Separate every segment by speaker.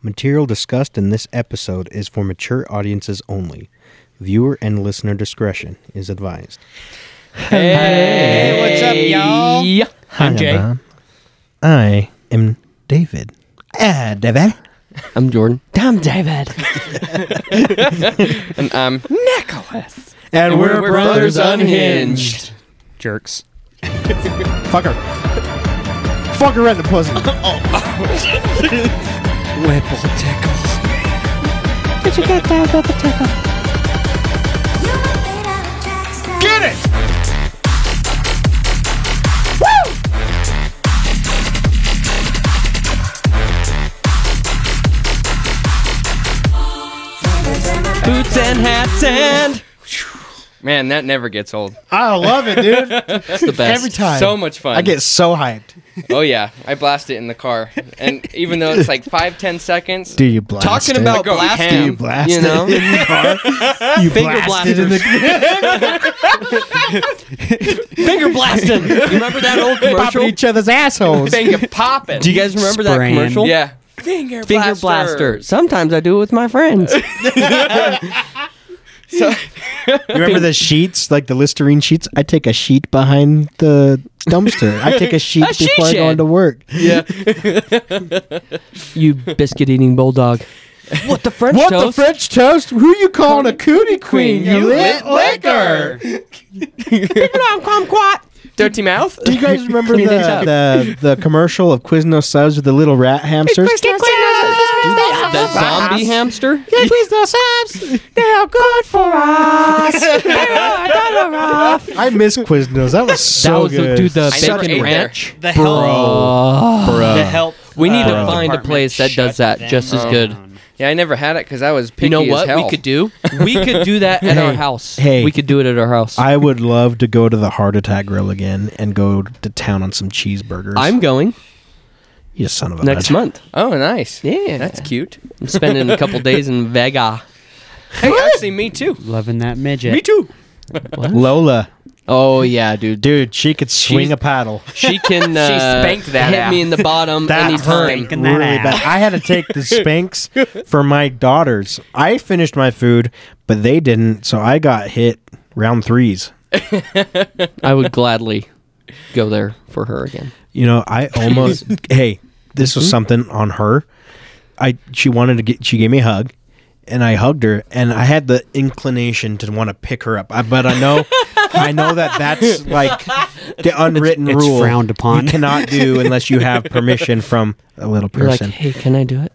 Speaker 1: Material discussed in this episode is for mature audiences only. Viewer and listener discretion is advised.
Speaker 2: Hey, what's up, y'all? I'm Jay.
Speaker 1: I am David. Ah, David.
Speaker 3: I'm Jordan.
Speaker 4: Damn, David.
Speaker 3: And um, I'm Nicholas.
Speaker 1: And,
Speaker 2: Jerks.
Speaker 1: Fucker. Fucker and the pussy.
Speaker 3: Whipple tickles.
Speaker 5: Get it!
Speaker 3: Boots and hats and. Man, that never gets old.
Speaker 1: I love it, dude.
Speaker 3: It's the best.
Speaker 1: Every time.
Speaker 3: So much fun.
Speaker 1: I get so hyped.
Speaker 3: Oh yeah, I blast it in the car, and even though it's like five, ten seconds,
Speaker 1: Do you blast
Speaker 3: Talking
Speaker 1: it?
Speaker 3: about
Speaker 1: Go
Speaker 3: blast
Speaker 1: ham.
Speaker 3: it,
Speaker 1: you blast
Speaker 3: you
Speaker 1: it
Speaker 3: know?
Speaker 1: in the car? You
Speaker 3: Finger
Speaker 1: blast it in the
Speaker 3: finger blasting. you remember that old
Speaker 1: popping
Speaker 3: commercial?
Speaker 1: each other's assholes.
Speaker 3: finger popping.
Speaker 2: Do you guys remember that
Speaker 4: Spraying.
Speaker 2: commercial?
Speaker 3: Yeah. Finger
Speaker 4: Finger blaster. Sometimes I do it with my friends.
Speaker 1: You remember the sheets, like the Listerine sheets? I take a sheet behind the dumpster. I take a sheet
Speaker 4: A sheet
Speaker 1: before I go
Speaker 4: shed.
Speaker 1: into work.
Speaker 3: Yeah.
Speaker 4: you biscuit eating bulldog. What the French
Speaker 1: What
Speaker 4: toast?
Speaker 1: the French toast? Who you calling a cootie queen?
Speaker 3: You
Speaker 1: lit
Speaker 3: lit liquor.
Speaker 4: I'm kumquat.
Speaker 3: Dirty mouth.
Speaker 1: Do you guys remember the,
Speaker 4: Clean it up.
Speaker 1: the the commercial of Quiznos subs with the little rat hamsters?
Speaker 3: The zombie hamster.
Speaker 4: They're good for us. They're off.
Speaker 1: I miss Quiznos. That was so
Speaker 4: that was
Speaker 1: good.
Speaker 4: the dude the
Speaker 3: I never
Speaker 4: bacon
Speaker 3: ate there.
Speaker 4: ranch.
Speaker 2: The
Speaker 4: Oh.
Speaker 2: help. The help.
Speaker 4: We need to
Speaker 2: uh,
Speaker 4: find a
Speaker 2: department
Speaker 4: place that
Speaker 2: shut
Speaker 4: does that
Speaker 2: them
Speaker 4: just as
Speaker 2: down.
Speaker 4: good.
Speaker 3: Yeah, I never had it because I was picky
Speaker 4: You know
Speaker 3: as
Speaker 4: what
Speaker 3: hell.
Speaker 4: we could do? We could do that at our
Speaker 1: Hey,
Speaker 4: house.
Speaker 1: hey.
Speaker 4: we could do it at our house.
Speaker 1: I would love to go to the Heart Attack Grill again and go to town on some cheeseburgers.
Speaker 4: I'm going
Speaker 1: you son of a
Speaker 4: next
Speaker 1: bitch.
Speaker 4: month.
Speaker 3: Oh, nice.
Speaker 4: Yeah.
Speaker 3: That's cute.
Speaker 4: I'm spending a couple days in Vega.
Speaker 3: Hey, actually, me too.
Speaker 2: Loving that midget.
Speaker 3: too.
Speaker 1: Lola,
Speaker 4: Oh yeah, dude.
Speaker 1: dude, she could swing a paddle.
Speaker 4: She can. Uh,
Speaker 3: spanked that
Speaker 4: Hit
Speaker 3: ass.
Speaker 4: me in the bottom
Speaker 1: That hurt
Speaker 4: anytime.
Speaker 2: Spanking that
Speaker 1: really
Speaker 2: ass.
Speaker 1: bad. I had to take the Spanx for my daughters. I finished my food, but they didn't, so I got hit round threes.
Speaker 4: I would gladly go there for her again.
Speaker 1: You know, I almost hey, this
Speaker 4: Mm-hmm.
Speaker 1: was something on her. I she wanted to get she gave me a hug and I hugged her and I had the inclination to want to pick her up. I, but I know I know that that's like the unwritten
Speaker 2: it's
Speaker 1: rule
Speaker 2: frowned upon.
Speaker 1: you cannot do unless you have permission from a little
Speaker 4: You're like,
Speaker 1: person.
Speaker 4: hey, can I do it?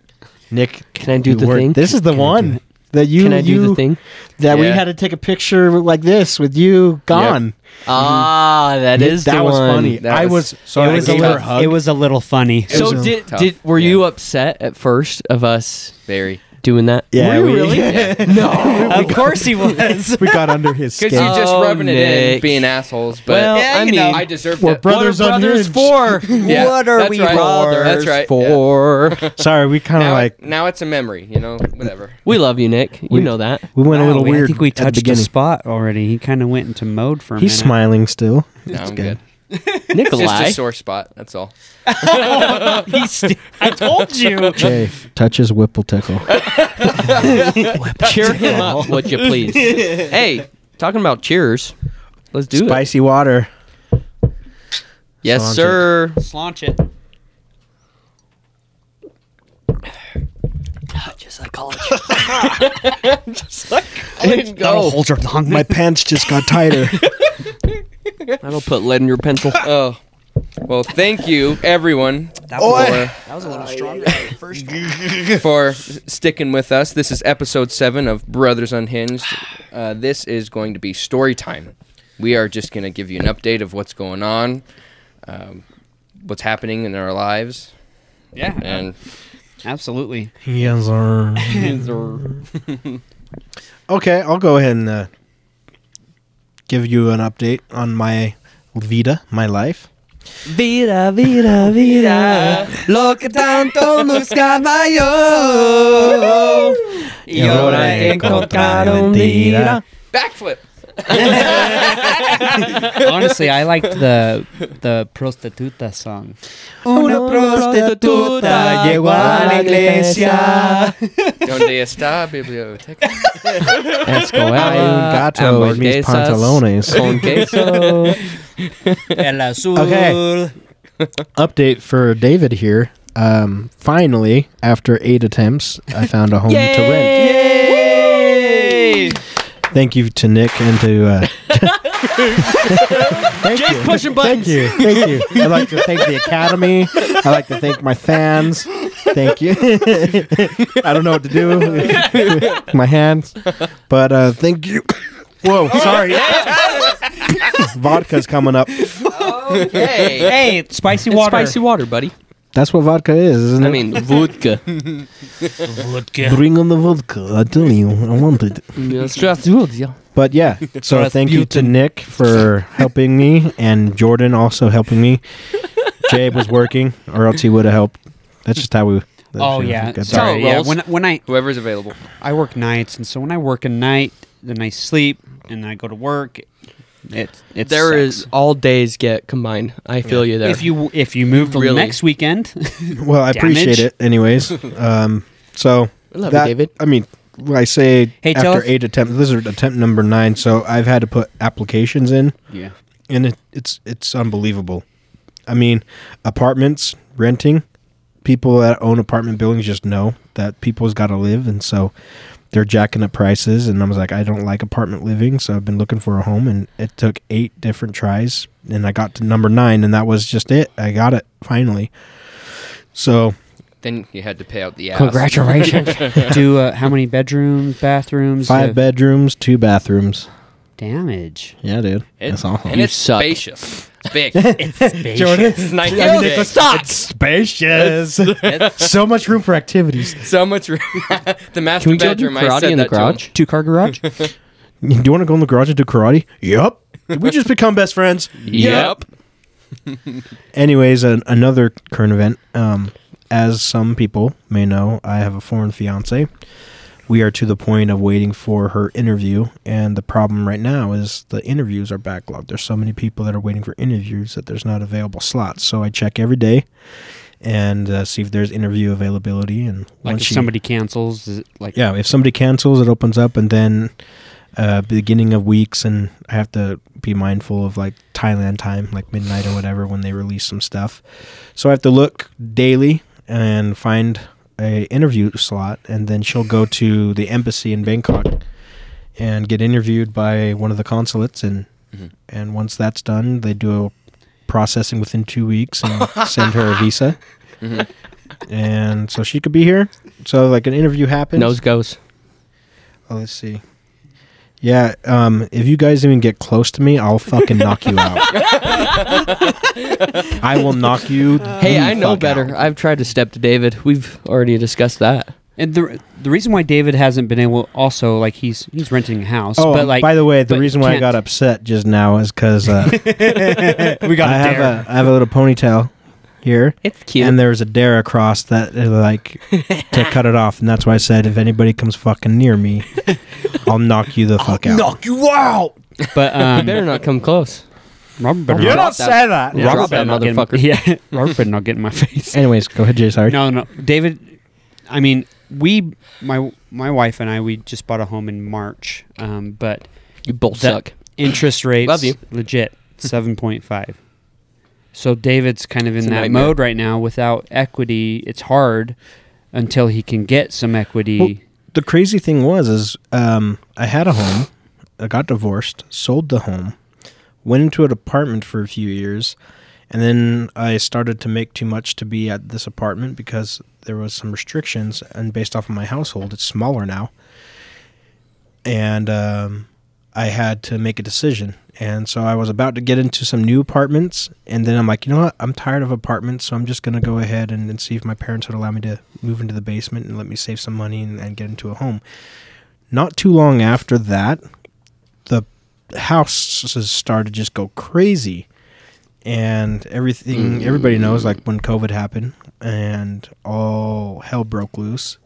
Speaker 1: Nick,
Speaker 4: can I do
Speaker 1: you
Speaker 4: the
Speaker 1: were-
Speaker 4: thing?
Speaker 1: This is the one that you
Speaker 4: Can I do
Speaker 1: you- Mm-hmm.
Speaker 4: the thing?
Speaker 1: that we
Speaker 3: Yeah.
Speaker 1: had to take a picture like this with you gone.
Speaker 4: Ah, that is
Speaker 1: that
Speaker 4: the
Speaker 1: was
Speaker 4: one.
Speaker 1: funny.
Speaker 3: That
Speaker 1: I
Speaker 3: was-
Speaker 1: was sorry.
Speaker 2: It
Speaker 1: I
Speaker 2: was, a
Speaker 1: gave her a
Speaker 2: little,
Speaker 1: hug.
Speaker 2: it was a little funny.
Speaker 1: It
Speaker 4: So
Speaker 1: was a-
Speaker 4: did
Speaker 3: Tough.
Speaker 4: did were
Speaker 3: Yeah.
Speaker 4: you upset at first of us
Speaker 3: Very.
Speaker 4: doing that?
Speaker 1: yeah,
Speaker 4: Were you
Speaker 1: we-
Speaker 4: really?
Speaker 2: of course he was.
Speaker 1: we got under his
Speaker 3: Because
Speaker 1: skin.
Speaker 3: you're just
Speaker 4: Oh,
Speaker 3: rubbing it in,
Speaker 4: Nick.
Speaker 3: being assholes. But
Speaker 4: Well,
Speaker 2: Yeah,
Speaker 4: I
Speaker 2: you
Speaker 4: mean,
Speaker 2: know.
Speaker 3: I deserved
Speaker 1: We're
Speaker 3: it.
Speaker 1: bro-
Speaker 4: what are
Speaker 1: Brothers
Speaker 4: brothers
Speaker 1: Unhinged.
Speaker 4: for?
Speaker 3: Yeah,
Speaker 4: what are
Speaker 3: that's
Speaker 4: we
Speaker 3: right.
Speaker 4: brothers
Speaker 3: That's right, yeah.
Speaker 4: for?
Speaker 1: Sorry, we kind of
Speaker 3: now,
Speaker 1: like
Speaker 3: now it's a memory, you know. Whatever.
Speaker 4: we love you, Nick. You know that.
Speaker 1: we went a
Speaker 2: Wow,
Speaker 1: little
Speaker 2: we-
Speaker 1: weird.
Speaker 2: I think we
Speaker 1: at the
Speaker 2: touched the,
Speaker 1: beginning.
Speaker 2: spot already. He kind of went into mode for a
Speaker 1: He's
Speaker 2: minute.
Speaker 1: smiling still.
Speaker 3: No,
Speaker 1: It's
Speaker 3: I'm
Speaker 1: good.
Speaker 3: good. Just
Speaker 4: Nikolai.
Speaker 3: a sore spot. That's all.
Speaker 2: He's st- I told you.
Speaker 1: Jay touches Whipple tickle.
Speaker 4: Cheer him up, would you please? hey, talking about cheers. Let's do it.
Speaker 1: Spicy water.
Speaker 4: Yes,
Speaker 1: Sausage.
Speaker 4: sir.
Speaker 2: Slaunch it.
Speaker 4: Just like college.
Speaker 3: Let's go.
Speaker 1: Hold your tongue. My pants just got tighter.
Speaker 4: That'll put lead in your pencil.
Speaker 3: Oh. Well, thank you, everyone,
Speaker 2: That was,
Speaker 3: for,
Speaker 2: that was a little stronger.
Speaker 3: for sticking with us. This is episode seven of Brothers Unhinged. Uh, this is going to be story time. We are just going to give you an update of what's going on, um, what's happening in our lives,
Speaker 2: Yeah,
Speaker 3: and
Speaker 2: absolutely.
Speaker 1: yes, sir. Okay, I'll go ahead and uh, give you an update on my vida, my life.
Speaker 4: Vida, vida, vida. Lo que tanto buscaba yo.
Speaker 1: Y ahora he encontrado en ti.
Speaker 3: backflip.
Speaker 2: Honestly, I liked the the prostituta song.
Speaker 1: Una
Speaker 4: prostituta llegó a la iglesia.
Speaker 3: Donde está biblioteca?
Speaker 1: Hay un gato en mis pantalones.
Speaker 4: Con queso.
Speaker 2: El azul.
Speaker 1: Okay. Update for David here. Um, finally, after eight attempts, I found a home to rent.
Speaker 4: Yay!
Speaker 1: Thank you to Nick and to. Uh, thank you.
Speaker 4: pushing
Speaker 1: Thank
Speaker 4: buttons.
Speaker 1: you. Thank you. I'd like to thank the Academy. I'd like to thank my fans. Thank you. I don't know what to do. with my hands. But uh, thank you. Whoa, sorry. Vodka's coming up.
Speaker 4: Okay.
Speaker 2: Hey, spicy
Speaker 4: It's
Speaker 2: water.
Speaker 4: spicy water, buddy.
Speaker 1: That's what vodka is, isn't it?
Speaker 4: I mean, vodka.
Speaker 1: Bring on the vodka. I tell you, I want it. But yeah, so thank you to Nick for helping me and Jordan also helping me. Jabe was working, or else he would have helped. That's just how we.
Speaker 2: Oh yeah.
Speaker 1: Got started.
Speaker 3: Sorry.
Speaker 2: Sorry. Yeah.
Speaker 3: rolls.
Speaker 2: When when I
Speaker 3: Whoever's available.
Speaker 2: I work nights, and so when I work at night, then I sleep, and I go to work. It it's
Speaker 4: There is all days get combined. I feel you there.
Speaker 2: If you if you move to
Speaker 4: Really.
Speaker 2: next weekend,
Speaker 1: Well, I appreciate
Speaker 2: Damage.
Speaker 1: it, anyways. Um, so
Speaker 4: I love
Speaker 1: that-
Speaker 4: you, David.
Speaker 1: I mean, when I say
Speaker 2: Hey, tell
Speaker 1: after
Speaker 2: us-
Speaker 1: eight attempts, this is attempt number nine. So I've had to put applications in.
Speaker 2: yeah.
Speaker 1: and it, it's it's unbelievable. I mean, apartments renting, people that own apartment buildings just know that people's got to live, and so they're jacking up prices. And I was like, I don't like apartment living, so I've been looking for a home, and it took eight different tries, and I got to number nine, and that was just it. I got it finally. So
Speaker 3: Then you had to pay out the ass.
Speaker 2: Congratulations. Do uh, how many bedrooms, bathrooms?
Speaker 1: five
Speaker 2: uh,
Speaker 1: bedrooms, two bathrooms.
Speaker 2: Damage.
Speaker 1: Yeah, dude,
Speaker 3: It-
Speaker 1: that's awesome.
Speaker 3: And
Speaker 4: You
Speaker 3: it's
Speaker 4: suck.
Speaker 3: spacious. It's big. it's nice. and big.
Speaker 1: spacious. so much room for activities.
Speaker 3: So much room. the master
Speaker 4: Can we go do
Speaker 3: bedroom. I
Speaker 4: karate
Speaker 3: said
Speaker 4: in the
Speaker 3: that to him.
Speaker 4: garage?
Speaker 2: Two car garage.
Speaker 1: Do you want to go in the garage and do karate? Yep. Did we just become best friends?
Speaker 4: Yep.
Speaker 1: Anyways, an, another current event. Um, as some people may know, I have a foreign fiance. We are to the point of waiting for her interview, and the problem right now is the interviews are backlogged. There's so many people that are waiting for interviews that there's not available slots. So I check every day and uh, see if there's interview availability. And
Speaker 2: like
Speaker 1: once
Speaker 2: if
Speaker 1: she-
Speaker 2: somebody cancels, is it like
Speaker 1: yeah, if somebody cancels, it opens up, and then uh, beginning of weeks, and I have to be mindful of like Thailand time, like midnight or whatever, when they release some stuff. So I have to look daily and find a interview slot, and then she'll go to the embassy in Bangkok and get interviewed by one of the consulates, and
Speaker 3: Mhm.
Speaker 1: and once that's done, they do a processing within two weeks and send her a visa.
Speaker 3: Mhm.
Speaker 1: And so she could be here. So like an interview happens.
Speaker 4: Nose goes.
Speaker 1: Oh, let's see. Yeah, um, if you guys even get close to me, I'll fucking knock you out. I will knock you.
Speaker 4: Hey,
Speaker 1: the
Speaker 4: I know
Speaker 1: fuck
Speaker 4: better.
Speaker 1: out.
Speaker 4: I've tried to step to David. We've already discussed that.
Speaker 2: And the the reason why David hasn't been able also like he's he's renting a house,
Speaker 1: Oh,
Speaker 2: but like
Speaker 1: by the way, the
Speaker 2: but
Speaker 1: reason
Speaker 2: you
Speaker 1: why I got
Speaker 2: can't.
Speaker 1: upset just now is because uh,
Speaker 2: we
Speaker 1: I have a I have a little ponytail here,
Speaker 4: It's cute.
Speaker 1: and there's a dare across that uh, like to cut it off, and that's why I said if anybody comes fucking near me, I'll knock you the fuck out.
Speaker 2: knock you out. But um,
Speaker 4: better not come close.
Speaker 2: Robert better
Speaker 4: You're
Speaker 2: not,
Speaker 4: not saying
Speaker 1: that.
Speaker 4: Yeah,
Speaker 2: Robert
Speaker 4: drop
Speaker 2: better
Speaker 4: that
Speaker 2: not get in-
Speaker 4: motherfucker.
Speaker 2: yeah, Robert better not get in my face.
Speaker 1: Anyways, go ahead, Jay. Sorry.
Speaker 2: No, no, David. I mean, we my my wife and I we just bought a home in March, um, but
Speaker 4: You both
Speaker 2: That-
Speaker 4: suck.
Speaker 2: interest rates
Speaker 4: Love you.
Speaker 2: legit seven point five. So David's kind of in
Speaker 4: It's a
Speaker 2: that
Speaker 4: nightmare.
Speaker 2: mode right now. Without equity, it's hard until he can get some equity.
Speaker 1: Well, the crazy thing was is um, I had a home, I got divorced, sold the home, went into an apartment for a few years, and then I started to make too much to be at this apartment because there was some restrictions, and based off of my household, it's smaller now, and um, I had to make a decision. And so I was about to get into some new apartments, and then I'm like, you know what? I'm tired of apartments, so I'm just gonna go ahead and, and see if my parents would allow me to move into the basement and let me save some money and, and get into a home. Not too long after that, the houses started to just go crazy, and everything. Everybody knows, like when COVID happened, and all hell broke loose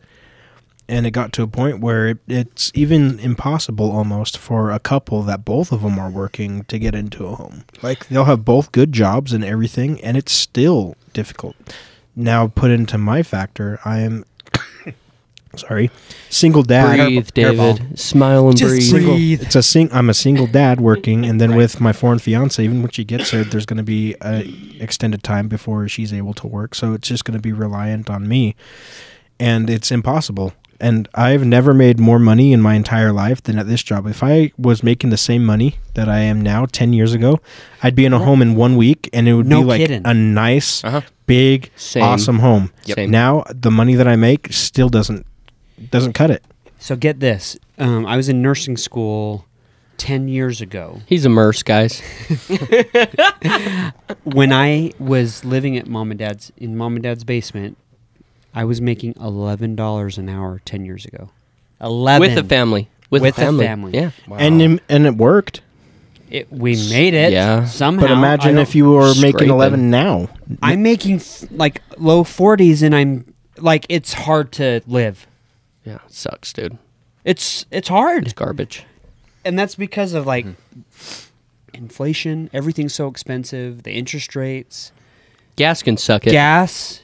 Speaker 1: and it got to a point where it, it's even impossible almost for a couple that both of them are working to get into a home. Like they'll have both good jobs and everything, and it's still difficult. Now put into my factor, I am sorry, single dad.
Speaker 4: Breathe, David. Smile and
Speaker 1: Just
Speaker 4: breathe.
Speaker 1: single- It's a sing. I'm a single dad working, and then with my foreign fiance, even when she gets here, there's going to be a extended time before she's able to work. So it's just going to be reliant on me, and it's impossible. And I've never made more money in my entire life than at this job. If I was making the same money that I am now ten years ago, I'd be in a home in one week, and it would
Speaker 2: No
Speaker 1: be like
Speaker 2: kidding.
Speaker 1: a nice,
Speaker 3: Uh-huh.
Speaker 1: big,
Speaker 4: Same.
Speaker 1: awesome home.
Speaker 4: Yep. Same.
Speaker 1: Now the money that I make still doesn't doesn't cut it.
Speaker 2: So get this. Um, I was in nursing school 10 years ago.
Speaker 4: He's immersed, guys.
Speaker 2: When I was living at mom and dad's in mom and dad's basement, I was making $11 an hour 10 years ago. 11
Speaker 4: With a family. With,
Speaker 2: With a
Speaker 4: a family.
Speaker 2: family.
Speaker 4: Yeah.
Speaker 1: And im- and it worked.
Speaker 2: It, we made it
Speaker 4: Yeah.
Speaker 2: somehow.
Speaker 1: But imagine
Speaker 2: I
Speaker 1: if
Speaker 2: don't-
Speaker 1: you were
Speaker 4: Scrape
Speaker 1: making
Speaker 4: it.
Speaker 1: 11 now.
Speaker 2: I'm making f- like low 40s and I'm like it's hard to live.
Speaker 4: Yeah. It sucks, dude.
Speaker 2: It's it's hard.
Speaker 4: It's garbage.
Speaker 2: and that's because of like inflation, everything's so expensive, the interest rates,
Speaker 4: Gas can suck it.
Speaker 2: gas,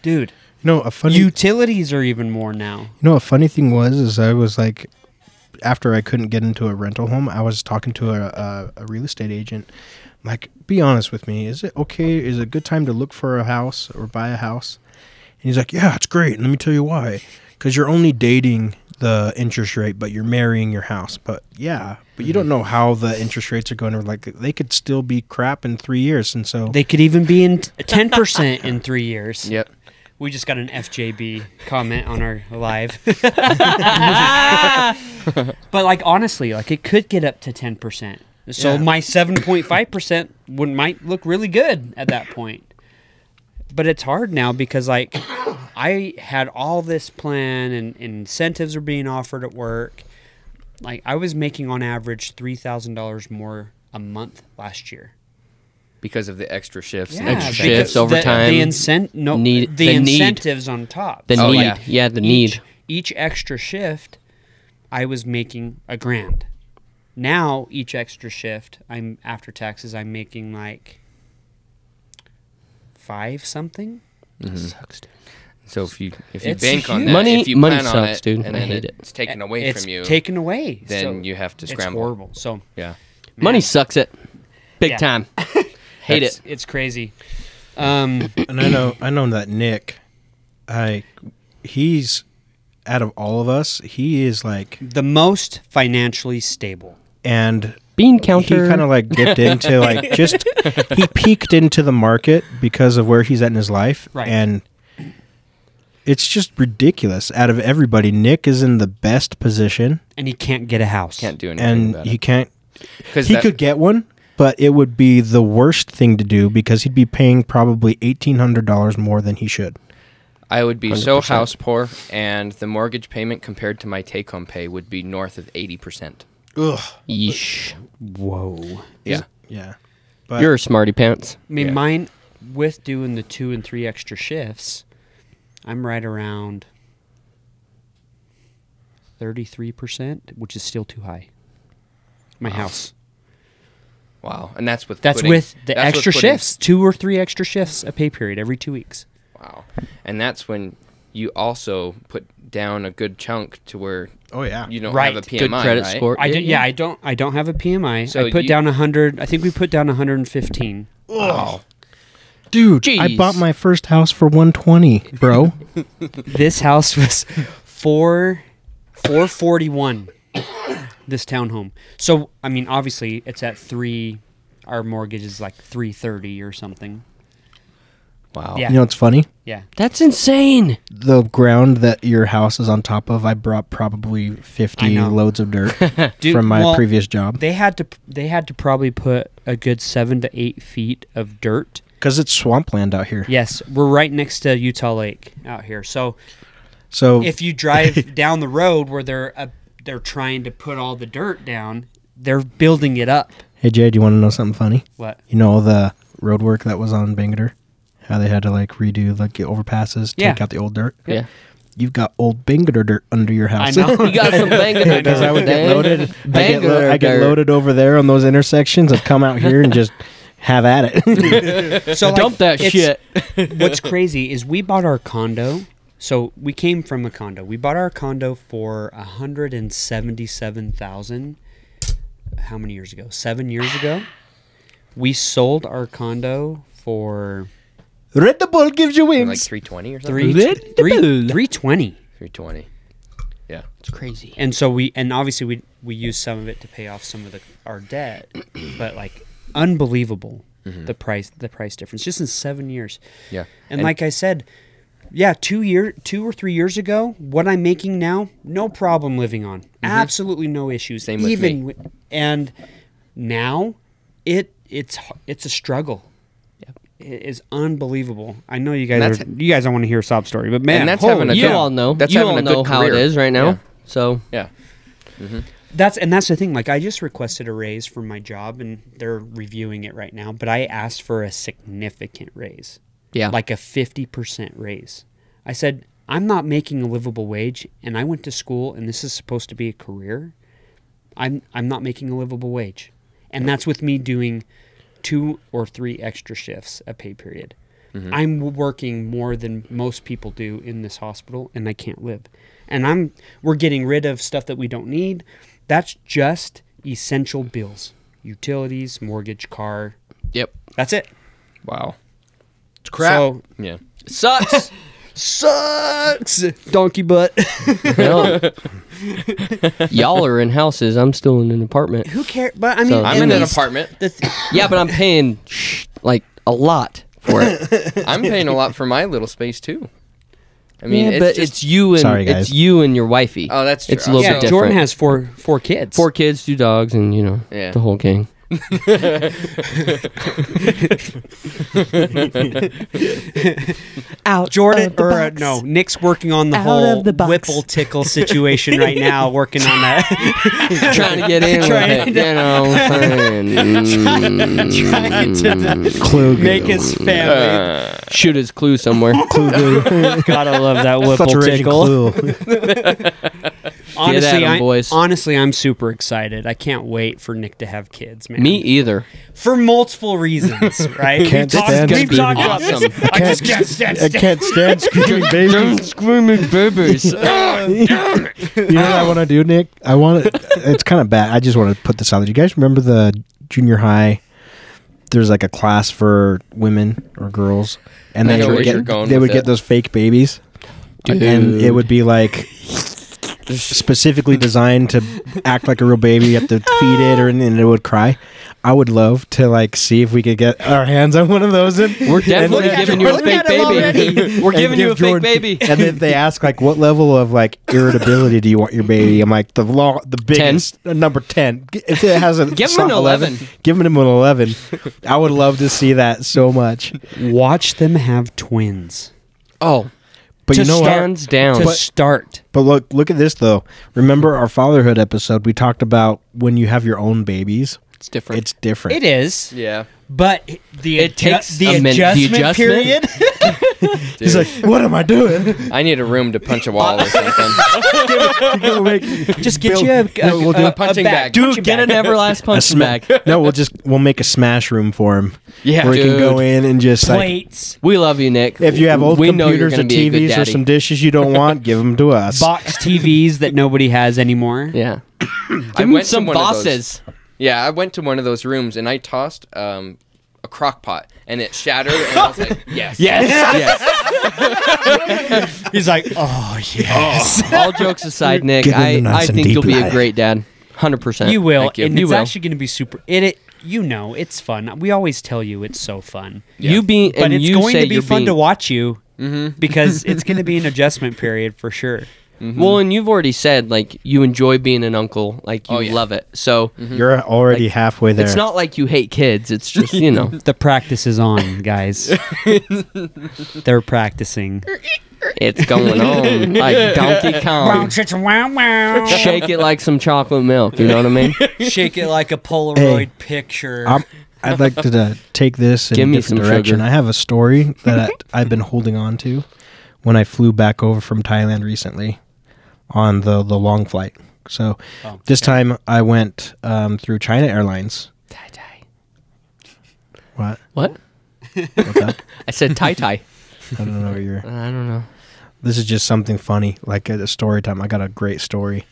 Speaker 2: dude.
Speaker 1: You know, a funny you,
Speaker 2: Utilities are even more now.
Speaker 1: know a funny thing was is I was like after I couldn't get into a rental home, I was talking to a, a, a real estate agent. I'm like, be honest with me, is it okay? Is it a good time to look for a house or buy a house? And he's like, yeah, it's great. And let me tell you why. Because you're only dating the interest rate, but you're marrying your house. But yeah, but
Speaker 2: Hmm.
Speaker 1: you don't know how the interest rates are going to like. They could still be crap in three years, and so
Speaker 2: They could even be in ten percent in three years.
Speaker 3: Yep.
Speaker 2: We just got an FJB comment on our live. but like honestly, like it could get up to ten percent. So
Speaker 1: Yeah.
Speaker 2: my seven point five percent would might look really good at that point. But it's hard now because like I had all this plan and, and incentives were being offered at work. Like I was making on average three thousand dollars more a month last year.
Speaker 3: because of the extra shifts. and
Speaker 2: Yeah,
Speaker 4: Extra
Speaker 2: because
Speaker 3: everything.
Speaker 4: shifts,
Speaker 2: the-
Speaker 4: overtime,
Speaker 2: The, incent, no,
Speaker 4: need-
Speaker 2: the,
Speaker 4: the need.
Speaker 2: incentives on top.
Speaker 4: The
Speaker 2: So,
Speaker 4: need.
Speaker 2: like,
Speaker 4: Oh, Yeah. the need.
Speaker 2: Each, each extra shift, I was making a grand. Now each extra shift, I'm after taxes, I'm making like five something.
Speaker 4: Sucks, dude.
Speaker 3: So if you if you
Speaker 2: It's
Speaker 3: bank on
Speaker 2: huge.
Speaker 3: that,
Speaker 4: Money-
Speaker 3: if you
Speaker 4: money
Speaker 3: plan on
Speaker 4: sucks,
Speaker 3: it,
Speaker 4: dude.
Speaker 3: and
Speaker 4: I
Speaker 3: then
Speaker 4: hate it.
Speaker 3: it's taken away
Speaker 2: it's
Speaker 3: from you,
Speaker 2: taken away.
Speaker 3: then
Speaker 2: so
Speaker 3: you have to
Speaker 2: It's
Speaker 3: scramble.
Speaker 2: horrible. So
Speaker 3: yeah,
Speaker 4: Money
Speaker 2: Man.
Speaker 4: sucks it. Big
Speaker 2: Yeah.
Speaker 4: time. Hate
Speaker 2: it's,
Speaker 4: it.
Speaker 2: It's crazy. Um,
Speaker 1: and I know I know that Nick, I he's out of all of us, he is like
Speaker 2: the most financially stable.
Speaker 1: and
Speaker 4: Bean
Speaker 1: he
Speaker 4: counter.
Speaker 1: kind of like dipped into like just he peaked into the market because of where he's at in his life
Speaker 2: Right.
Speaker 1: and it's just ridiculous out of everybody Nick is in the best position
Speaker 2: And he can't get a house.
Speaker 3: can't do anything
Speaker 1: and
Speaker 3: about
Speaker 1: he
Speaker 3: it.
Speaker 1: can't
Speaker 3: 'Cause
Speaker 1: he
Speaker 3: that-
Speaker 1: could get one but it would be the worst thing to do because he'd be paying probably $1800 more than he should
Speaker 3: I would be so house poor, and the mortgage payment compared to my take home pay would be north of eighty percent.
Speaker 1: ugh
Speaker 4: Yeesh.
Speaker 2: Whoa.
Speaker 3: Yeah,
Speaker 1: yeah but
Speaker 4: You're a smarty pants.
Speaker 2: I mean,
Speaker 3: Yeah.
Speaker 2: mine with doing the two and three extra shifts, I'm right around thirty-three percent, which is still too high. My house.
Speaker 3: wow, and that's with
Speaker 2: That's
Speaker 3: putting-
Speaker 2: with the
Speaker 3: that's with
Speaker 2: extra
Speaker 3: putting-
Speaker 2: shifts, two or three extra shifts a pay period every two weeks.
Speaker 3: Wow, and that's when you also put down a good chunk to where
Speaker 1: oh yeah
Speaker 3: you don't
Speaker 2: Right.
Speaker 3: have a PMI.
Speaker 4: Good credit
Speaker 3: right?
Speaker 4: score.
Speaker 2: I
Speaker 4: Yeah,
Speaker 2: did, yeah. I don't. I don't have a PMI.
Speaker 3: So
Speaker 2: I put
Speaker 3: you-
Speaker 2: down down hundred. I think we put down hundred and fifteen.
Speaker 1: Dude, I
Speaker 4: Jeez.
Speaker 1: bought my first house for 120, bro.
Speaker 2: This house was four, four forty-one. This townhome. So I mean, obviously, it's at three. Our mortgage is like three thirty or something.
Speaker 3: Wow.
Speaker 2: Yeah.
Speaker 1: you know what's funny?
Speaker 2: Yeah.
Speaker 4: That's insane.
Speaker 1: The ground that your house is on top of, I brought probably 50
Speaker 2: know.
Speaker 1: loads of dirt
Speaker 2: Dude,
Speaker 1: from my
Speaker 2: well,
Speaker 1: previous job
Speaker 2: They had to. They had to probably put a good seven to eight feet of dirt.
Speaker 1: because it's swampland out here.
Speaker 2: Yes, we're right next to Utah Lake out here. So
Speaker 1: So
Speaker 2: if you drive down the road where they're uh, they're trying to put all the dirt down, they're building it up.
Speaker 1: hey Jay, do you want to know something funny?
Speaker 2: What?
Speaker 1: You know all the road work that was on Bangor, how they had to like redo like the overpasses,
Speaker 2: Yeah.
Speaker 1: take out the old dirt.
Speaker 4: Yeah.
Speaker 1: you've got old banger dirt under your house.
Speaker 2: I know.
Speaker 3: You got some banging dirt.
Speaker 1: Because I would get
Speaker 3: Dang.
Speaker 1: loaded. I get,
Speaker 3: Banging
Speaker 1: lo- I get
Speaker 3: dirt.
Speaker 1: loaded over there on those intersections. I'd come out here and just have at it.
Speaker 2: So like,
Speaker 4: Dump that
Speaker 2: it's-
Speaker 4: shit.
Speaker 2: What's crazy is we bought our condo. So we came from a condo. We bought our condo for a hundred and seventy-seven thousand. How many years ago? Seven years ago. We sold our condo for
Speaker 1: Red the Bull gives you
Speaker 3: Like
Speaker 1: wings.
Speaker 3: 320 or something.
Speaker 2: three,
Speaker 4: Unbelievable.
Speaker 2: three, three twenty.
Speaker 3: 320. Yeah.
Speaker 4: It's crazy.
Speaker 2: And so we, and obviously we we used some of it to pay off some of the our debt, but like unbelievable the price the price difference just in seven years.
Speaker 3: Mm-hmm. Yeah.
Speaker 2: And, like I said, yeah, two year, two or three years ago, what I'm making now, no problem living on, absolutely no issues.
Speaker 3: Mm-hmm. Same with
Speaker 2: even
Speaker 3: me.
Speaker 2: wi- and now, it it's h- it's a struggle. It is unbelievable. I know you guys
Speaker 3: that's-
Speaker 2: are, you guys don't want to hear a sob story, but man,
Speaker 3: that's
Speaker 2: holy-
Speaker 3: having a
Speaker 4: You
Speaker 3: good-
Speaker 4: all know.
Speaker 3: That's
Speaker 4: you
Speaker 3: having
Speaker 4: all
Speaker 3: a good
Speaker 4: know how it
Speaker 3: career.
Speaker 4: is right now.
Speaker 3: Yeah.
Speaker 4: So
Speaker 3: Yeah.
Speaker 2: That's and that's the thing. Like I just requested a raise for my job, and they're reviewing it right now. But I asked for a significant raise,
Speaker 4: yeah,
Speaker 2: like a fifty percent raise. I said I'm not making a livable wage, and I went to school, and this is supposed to be a career. I'm I'm not making a livable wage, and that's with me doing two or three extra shifts a pay period.
Speaker 4: Mm-hmm.
Speaker 2: I'm w- working more than most people do in this hospital, and I can't live. And I'm we're getting rid of stuff that we don't need. That's just essential bills, utilities, mortgage, car.
Speaker 4: yep.
Speaker 2: That's it.
Speaker 3: Wow.
Speaker 2: It's crap. So
Speaker 3: Yeah.
Speaker 4: Sucks.
Speaker 2: sucks. Donkey butt.
Speaker 4: No. Y'all are in houses. I'm still in an apartment.
Speaker 2: Who cares? But I mean,
Speaker 4: So-
Speaker 2: at
Speaker 3: I'm in an
Speaker 2: least
Speaker 3: apartment.
Speaker 2: The th-
Speaker 4: Yeah, but I'm paying sh- like a lot for it.
Speaker 3: I'm paying a lot for my little space too. I mean,
Speaker 4: yeah,
Speaker 3: it's
Speaker 4: but
Speaker 3: just,
Speaker 4: it's you and
Speaker 1: Sorry, guys.
Speaker 4: it's you and your wifey.
Speaker 3: Oh, that's true.
Speaker 4: It's a little
Speaker 2: yeah,
Speaker 4: bit different.
Speaker 2: Jordan has four four kids.
Speaker 4: four kids, two dogs, and you know
Speaker 3: Yeah.
Speaker 4: the whole gang.
Speaker 2: out. Jordan or uh, no, Nick's working on the whole Whipple tickle situation right now. Working on that.
Speaker 4: trying to get in with it, you know. mm,
Speaker 2: Trying to
Speaker 1: Clue.
Speaker 2: make his family.
Speaker 3: uh,
Speaker 4: shoot his clue somewhere.
Speaker 2: Gotta love that
Speaker 1: Such a
Speaker 2: Whipple
Speaker 1: rich
Speaker 2: tickle.
Speaker 1: clue.
Speaker 2: honestly,
Speaker 4: at 'em,
Speaker 2: I,
Speaker 4: boys.
Speaker 2: honestly, I'm super excited. I can't wait for Nick to have kids, man.
Speaker 4: Me e- either.
Speaker 2: for multiple reasons, right?
Speaker 1: Can't
Speaker 2: we've talked,
Speaker 1: stand
Speaker 2: we've
Speaker 1: screaming.
Speaker 2: talked about this.
Speaker 4: Awesome.
Speaker 2: I just can't stand.
Speaker 1: I can't stand screaming babies.
Speaker 4: screaming babies.
Speaker 1: You know what I want to do, Nick? I want to. It's kind of bad. I just want to put this out there. You guys remember the junior high? There's like a class for women or girls, and
Speaker 3: I
Speaker 1: they
Speaker 3: know
Speaker 1: would
Speaker 3: where you're
Speaker 1: get
Speaker 3: going
Speaker 1: they
Speaker 3: with
Speaker 1: would
Speaker 3: it.
Speaker 1: get those fake babies, and it would be like specifically designed to act like a real baby. You have to feed it, or and it would cry. I would love to like see if we could get our hands on one of those. And
Speaker 4: We're definitely
Speaker 1: and-
Speaker 4: giving you a
Speaker 1: Look
Speaker 4: fake
Speaker 1: at him
Speaker 4: baby. We're
Speaker 1: and
Speaker 4: giving you a
Speaker 1: give Jordan-
Speaker 4: fake baby.
Speaker 1: And then they ask like, "What level of like irritability do you want your baby?" I'm like, "The law, the biggest uh, number ten. G- If it has a
Speaker 4: Give him
Speaker 1: slot
Speaker 4: an 11.
Speaker 1: Give him an eleven. I would love to see that so much.
Speaker 2: Watch them have twins
Speaker 4: Oh,
Speaker 1: But you know what?
Speaker 4: hands down.
Speaker 2: to start.
Speaker 1: But look, look at this though. Remember our fatherhood episode? We talked about when you have your own babies.
Speaker 4: it's different.
Speaker 1: It's different.
Speaker 2: It is,
Speaker 3: yeah.
Speaker 2: but the
Speaker 4: It
Speaker 2: adju-
Speaker 4: takes
Speaker 2: the,
Speaker 4: a minute. The
Speaker 2: adjustment
Speaker 4: adjustment?
Speaker 2: period.
Speaker 1: He's like, "What am I doing?"
Speaker 3: I need a room to punch a wall or something.
Speaker 1: Gonna make-
Speaker 2: Just get
Speaker 1: Bill-
Speaker 2: you a,
Speaker 1: No, we'll do a
Speaker 3: punching bag.
Speaker 2: Dude,
Speaker 4: Dude, get an everlast punching bag.
Speaker 1: no, we'll just we'll make a smash room for him.
Speaker 3: Yeah.
Speaker 1: where he can go
Speaker 4: Dude.
Speaker 1: in and just like
Speaker 2: plates,
Speaker 4: We love you, Nick.
Speaker 1: If you have old
Speaker 4: we know you're
Speaker 1: computers or
Speaker 4: gonna be a good
Speaker 1: TVs or
Speaker 4: daddy.
Speaker 1: some dishes you don't want, give them to us.
Speaker 2: box TVs that nobody has anymore.
Speaker 4: Yeah.
Speaker 3: I
Speaker 4: Give him
Speaker 3: went to
Speaker 4: some
Speaker 3: one of those-
Speaker 4: bosses.
Speaker 3: Yeah, I went to one of those rooms and I tossed um, a crock pot and it shattered and I was like, yes.
Speaker 2: He's like, oh yes,
Speaker 4: All jokes aside, Nick,
Speaker 1: Give him
Speaker 4: I,
Speaker 1: the nice
Speaker 4: I
Speaker 1: and
Speaker 4: think
Speaker 1: deep
Speaker 4: you'll be a
Speaker 1: life.
Speaker 4: great dad. 100%.
Speaker 2: you will,
Speaker 3: Thank you.
Speaker 2: and
Speaker 3: You
Speaker 2: it's
Speaker 4: will.
Speaker 2: actually going to be super. It, it, you know, it's fun. We always tell you it's so fun.
Speaker 3: Yeah.
Speaker 4: You being
Speaker 2: but
Speaker 4: and
Speaker 2: it's
Speaker 4: you
Speaker 2: going
Speaker 4: say
Speaker 2: to be
Speaker 4: you're
Speaker 2: fun
Speaker 4: being,
Speaker 2: to watch you Mm-hmm. because it's going to be an adjustment period for sure.
Speaker 4: Mm-hmm. Well, and you've already said like you enjoy being an uncle, like you
Speaker 3: Oh, yeah.
Speaker 4: love it. So
Speaker 1: You're already halfway there.
Speaker 4: Hmm. it's not like you hate kids. It's just you know,
Speaker 2: The practice is on, guys. They're practicing.
Speaker 4: it's going on like Donkey Kong. Shake it like some chocolate milk. You know what I mean?
Speaker 2: Shake it like a Polaroid
Speaker 1: Hey,
Speaker 2: picture.
Speaker 1: I'm, I'd like to uh, take this in a
Speaker 4: Give me
Speaker 1: different
Speaker 4: some
Speaker 1: direction.
Speaker 4: sugar.
Speaker 1: I have a story that I've been holding on to, when I flew back over from Thailand recently on the the long flight. So
Speaker 2: Oh,
Speaker 1: this time I went um, through China Airlines. What?
Speaker 4: What?
Speaker 1: What's that?
Speaker 4: I said tie tie.
Speaker 1: I don't know what you're.
Speaker 4: I don't know.
Speaker 1: This is just something funny, like a story time. I got a great story,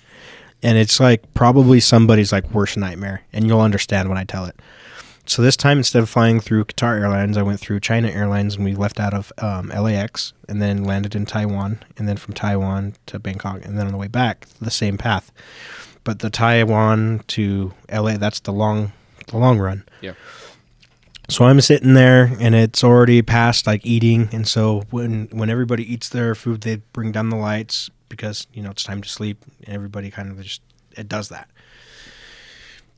Speaker 1: and it's like probably somebody's like worst nightmare, and you'll understand when I tell it. So this time, instead of flying through Qatar Airlines, I went through China Airlines, and we left out of um, LAX, and then landed in Taiwan, and then from Taiwan to Bangkok, and then on the way back, the same path. But the Taiwan to LA, that's the long, the long run.
Speaker 3: Yeah.
Speaker 1: So I'm sitting there, and it's already past like eating, and so when when everybody eats their food, they bring down the lights because you know it's time to sleep. And everybody kind of just it does that.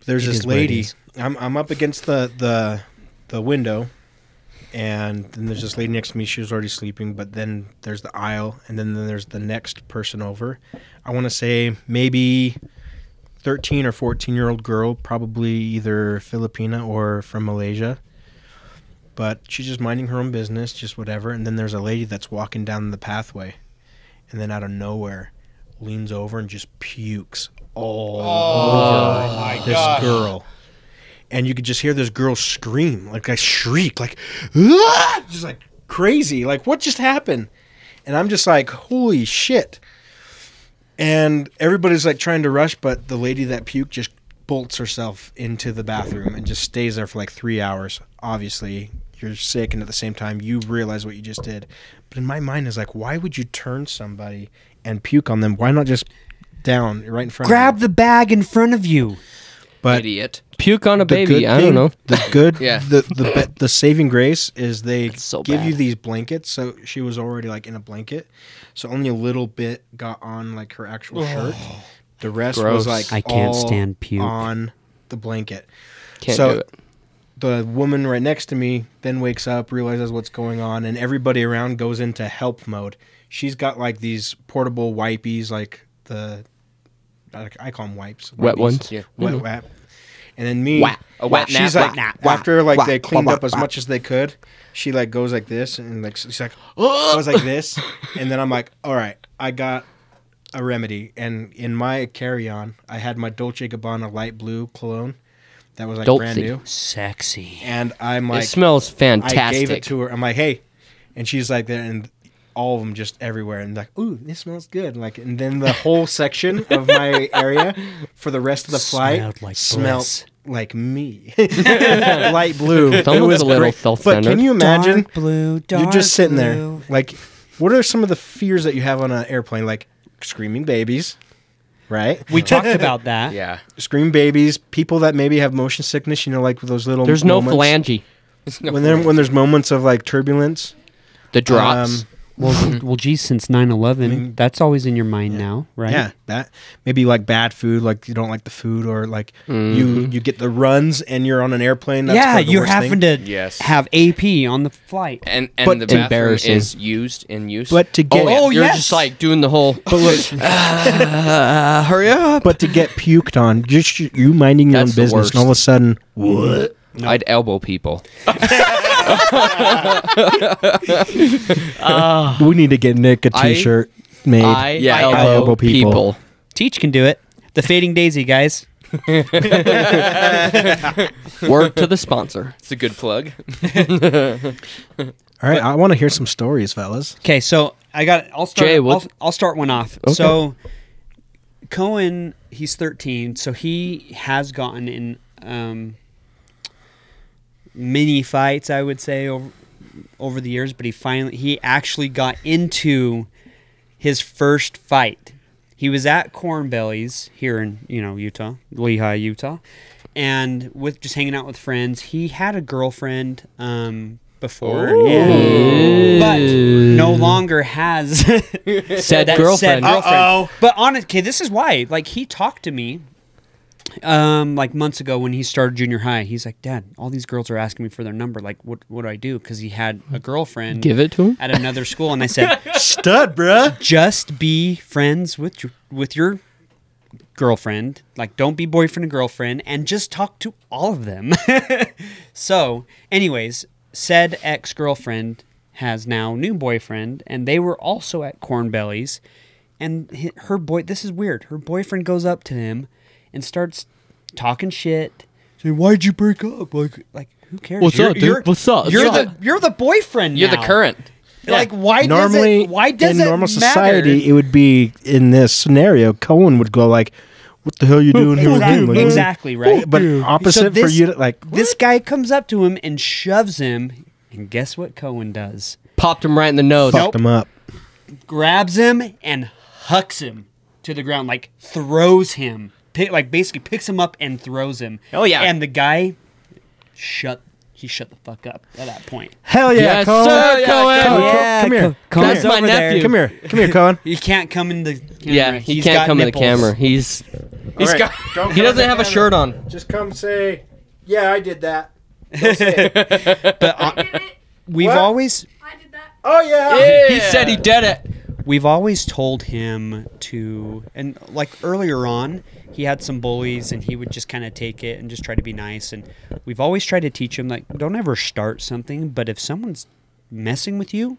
Speaker 1: There's
Speaker 4: It
Speaker 1: this
Speaker 4: is what it
Speaker 1: lady.
Speaker 4: is.
Speaker 1: I'm I'm up against the the the window, and then there's this lady next to me. She was already sleeping, but then there's the aisle, and then, then there's the next person over. I want to say maybe 13 or 14 year old girl, probably either Filipina or from Malaysia. But she's just minding her own business, just whatever. And then there's a lady that's walking down the pathway, and then out of nowhere, leans over and just pukes all over this girl. And you could just hear this girl scream, like I shriek, like "Ah!" just like crazy, like what just happened? And I'm just like, holy shit! and everybody's like trying to rush, but the lady that puked just bolts herself into the bathroom and just stays there for like three hours. Obviously, you're sick, and at the same time, you realize what you just did. But in my mind, is like, why would you turn somebody and puke on them? Why not just down right in front?
Speaker 2: Grab
Speaker 1: of
Speaker 2: the bag in front of you.
Speaker 1: them? But
Speaker 3: Idiot.
Speaker 4: Puke on a
Speaker 1: the
Speaker 4: baby.
Speaker 1: good
Speaker 4: I
Speaker 1: thing-
Speaker 4: don't know.
Speaker 1: The good,
Speaker 3: Yeah.
Speaker 1: The the be- the saving grace is they
Speaker 4: so
Speaker 1: give
Speaker 4: bad.
Speaker 1: you these blankets. So she was already like in a blanket, so only a little bit got on like her actual shirt. The rest was
Speaker 4: Gross.
Speaker 1: like
Speaker 2: Oh. I can't
Speaker 1: all
Speaker 2: stand puke.
Speaker 1: on the blanket.
Speaker 4: Can't
Speaker 1: so
Speaker 4: do it.
Speaker 1: the woman right next to me then wakes up, realizes what's going on, and everybody around goes into help mode. She's got like these portable wipies, like the I I call them wipes,
Speaker 4: Wet
Speaker 1: wipies.
Speaker 4: ones?
Speaker 3: Yeah.
Speaker 1: wet wap. And then me,
Speaker 4: Wah, a wah,
Speaker 1: she's
Speaker 4: nah,
Speaker 1: like
Speaker 4: wah,
Speaker 1: after like they
Speaker 4: wah,
Speaker 1: cleaned
Speaker 4: wah,
Speaker 1: up as
Speaker 4: wah.
Speaker 1: much as they could, she like goes like this and like she's like
Speaker 4: Oh,
Speaker 1: I was like this, and then I'm like, all right, I got a remedy. And in my carry on, I had my Dolce Gabbana light blue cologne that was like brand
Speaker 4: Dolce.
Speaker 1: new,
Speaker 2: Sexy.
Speaker 1: and I'm like,
Speaker 4: it smells fantastic.
Speaker 1: I gave it to her. I'm like, hey, and she's like, there, and all of them just everywhere, and like, ooh, this smells good. Like, and then the whole section of my area for the rest of the flight
Speaker 2: Smelled like
Speaker 1: smelled
Speaker 2: bliss.
Speaker 1: like me, light blue. It
Speaker 4: Someone's
Speaker 1: was
Speaker 4: a little
Speaker 1: great. But
Speaker 4: self-centered.
Speaker 1: can you imagine?
Speaker 2: dark blue, dark
Speaker 1: You're just sitting
Speaker 2: blue.
Speaker 1: there. Like, what are some of the fears that you have on an airplane? Like screaming babies, right?
Speaker 2: We talked about that.
Speaker 3: Yeah.
Speaker 1: Scream babies, people that maybe have motion sickness, you know, like those little.
Speaker 4: There's no
Speaker 1: moments.
Speaker 4: phalange.
Speaker 1: When, there, when there's moments of like turbulence,
Speaker 4: The drops.
Speaker 1: Um,
Speaker 2: Well, well, geez, since 9-11, that's always in your mind now, right?
Speaker 1: Mm-hmm. Yeah, that maybe like bad food, like you don't like the food, or like you
Speaker 4: Mm-hmm.
Speaker 1: you get the runs and you're on an airplane. That's
Speaker 2: yeah,
Speaker 1: probably the
Speaker 2: you're
Speaker 1: worst
Speaker 2: having
Speaker 1: thing.
Speaker 2: to
Speaker 3: Yes.
Speaker 2: have AP on the flight.
Speaker 3: And and
Speaker 1: But
Speaker 3: the bathroom
Speaker 4: embarrassing.
Speaker 3: is used in use.
Speaker 1: But to get,
Speaker 4: oh, yeah. you're
Speaker 2: yes.
Speaker 4: just like doing the whole.
Speaker 1: but look,
Speaker 4: Uh, hurry up.
Speaker 1: but to get puked on, just you- you minding your
Speaker 3: That's
Speaker 1: own
Speaker 3: the
Speaker 1: business,
Speaker 3: worst.
Speaker 1: and all of a sudden,
Speaker 3: I'd elbow people.
Speaker 1: we need to get Nick a
Speaker 4: I-
Speaker 1: T-shirt made.
Speaker 4: I
Speaker 3: Yeah,
Speaker 4: elbow,
Speaker 1: elbow people.
Speaker 4: people.
Speaker 2: Teach can do it. The Fading Daisy, guys.
Speaker 4: Word to the sponsor.
Speaker 3: It's a good plug.
Speaker 1: all right, I want to hear some stories, fellas.
Speaker 2: Okay, so I got. I'll start.
Speaker 4: Jay, what-
Speaker 2: I'll, I'll start one off. So Cohen, he's 13, so he has gotten in um, many fights, I would say, over over the years. But he finally, he actually got into his first fight. He was at Corn Bellies here in you know Utah, Lehigh, Utah, and with just hanging out with friends. He had a girlfriend um, before, yeah. but no longer has
Speaker 4: Said
Speaker 2: that
Speaker 4: girlfriend.
Speaker 2: Said girlfriend. But on okay, this is why. Like he talked to me um like months ago when he started junior high. He's like, "Dad, all these girls are asking me for their number. Like what what do I do?" Cuz he had a girlfriend
Speaker 4: Give it to him?
Speaker 2: at another school and I said,
Speaker 1: Stud, bruh.
Speaker 2: "Just be friends with your with your girlfriend. Like don't be boyfriend and girlfriend and just talk to all of them." so, anyways, said ex-girlfriend has now new boyfriend, and they were also at Cornbellies, and hi- her boy. This is weird. Her boyfriend goes up to him and starts talking shit. Saying, "Why'd you break up?" Like, like who cares?
Speaker 4: What's up, dude? What's up?
Speaker 2: You're
Speaker 4: What's
Speaker 2: the you're the boyfriend.
Speaker 3: You're
Speaker 2: now.
Speaker 3: the current.
Speaker 2: Like, why
Speaker 1: normally
Speaker 2: Does it, why does
Speaker 1: in
Speaker 2: it
Speaker 1: normal
Speaker 2: matter?
Speaker 1: society it would be in this scenario cohen would go like what the hell you doing here again, William?"
Speaker 2: Exactly, exactly right.
Speaker 1: but
Speaker 2: So
Speaker 1: opposite for
Speaker 2: this-
Speaker 1: you to like
Speaker 2: This guy comes up to him and shoves him, and guess what Cohen does?
Speaker 4: Popped him right in the nose.
Speaker 1: fucked him up
Speaker 2: Grabs him and hucks him to the ground, like throws him, pick, like basically picks him up and throws him.
Speaker 3: Oh, yeah.
Speaker 2: And the guy shut. He shut the fuck up at that point.
Speaker 1: hell yeah
Speaker 4: Yes,
Speaker 1: cohen
Speaker 4: sir,
Speaker 1: Yeah,
Speaker 4: Cohen.
Speaker 1: Cohen,
Speaker 2: Yeah,
Speaker 1: come here
Speaker 4: Cohen. That's my
Speaker 1: come here.
Speaker 4: nephew.
Speaker 1: come here come here cohen
Speaker 2: He can't come in the camera.
Speaker 4: Yeah, he
Speaker 2: He's
Speaker 4: can't
Speaker 2: got
Speaker 4: come in the
Speaker 2: nipples.
Speaker 4: camera. He's
Speaker 3: He's got.
Speaker 4: he doesn't have a shirt on.
Speaker 1: just come say yeah i did that
Speaker 2: We've
Speaker 1: What?
Speaker 2: always
Speaker 1: oh yeah,
Speaker 4: He said he did it.
Speaker 2: we've always told him to and like earlier on he had some bullies and he would just kind of take it and just try to be nice and we've always tried to teach him like don't ever start something but if someone's messing with you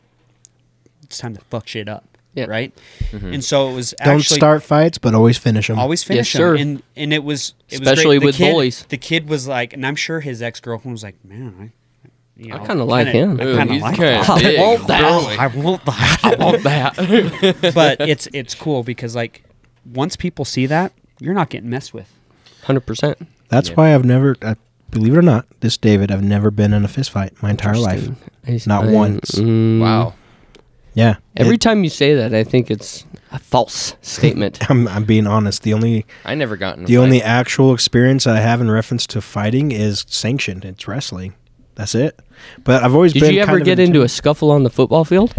Speaker 2: it's time to fuck shit up
Speaker 4: Yeah.
Speaker 2: right and so it was
Speaker 1: don't
Speaker 2: actually
Speaker 1: start fights but always finish them
Speaker 2: always finish
Speaker 4: Yes,
Speaker 2: them.
Speaker 4: sir.
Speaker 2: and and it was it
Speaker 4: Especially
Speaker 2: was great. The
Speaker 4: with
Speaker 2: kid-
Speaker 4: bullies.
Speaker 2: the kid was like and i'm sure his ex-girlfriend was like man i you know,
Speaker 4: I kinda like
Speaker 2: kinda-
Speaker 4: him."
Speaker 2: I
Speaker 4: Ooh,
Speaker 2: kind of
Speaker 3: he's
Speaker 2: like
Speaker 3: kinda
Speaker 2: him.
Speaker 3: big
Speaker 4: I want
Speaker 3: and
Speaker 4: that.
Speaker 2: I want that. I want that. but it's it's cool because like once people see that, you're not getting messed with.
Speaker 4: Hundred percent.
Speaker 1: that's why i've never I, believe it or not this david i've never been in a fist fight my entire life Not once.
Speaker 3: Wow.
Speaker 1: yeah
Speaker 4: Mm. Every
Speaker 1: It-
Speaker 4: time you say that, I think it's a false statement.
Speaker 1: I'm, I'm being honest the only
Speaker 3: I never gotten.
Speaker 1: The only actual experience I have in reference to fighting is sanctioned. It's wrestling. That's it. But I've always
Speaker 4: Did
Speaker 1: been.
Speaker 4: you ever
Speaker 1: kind of
Speaker 4: get into a scuffle on the football field?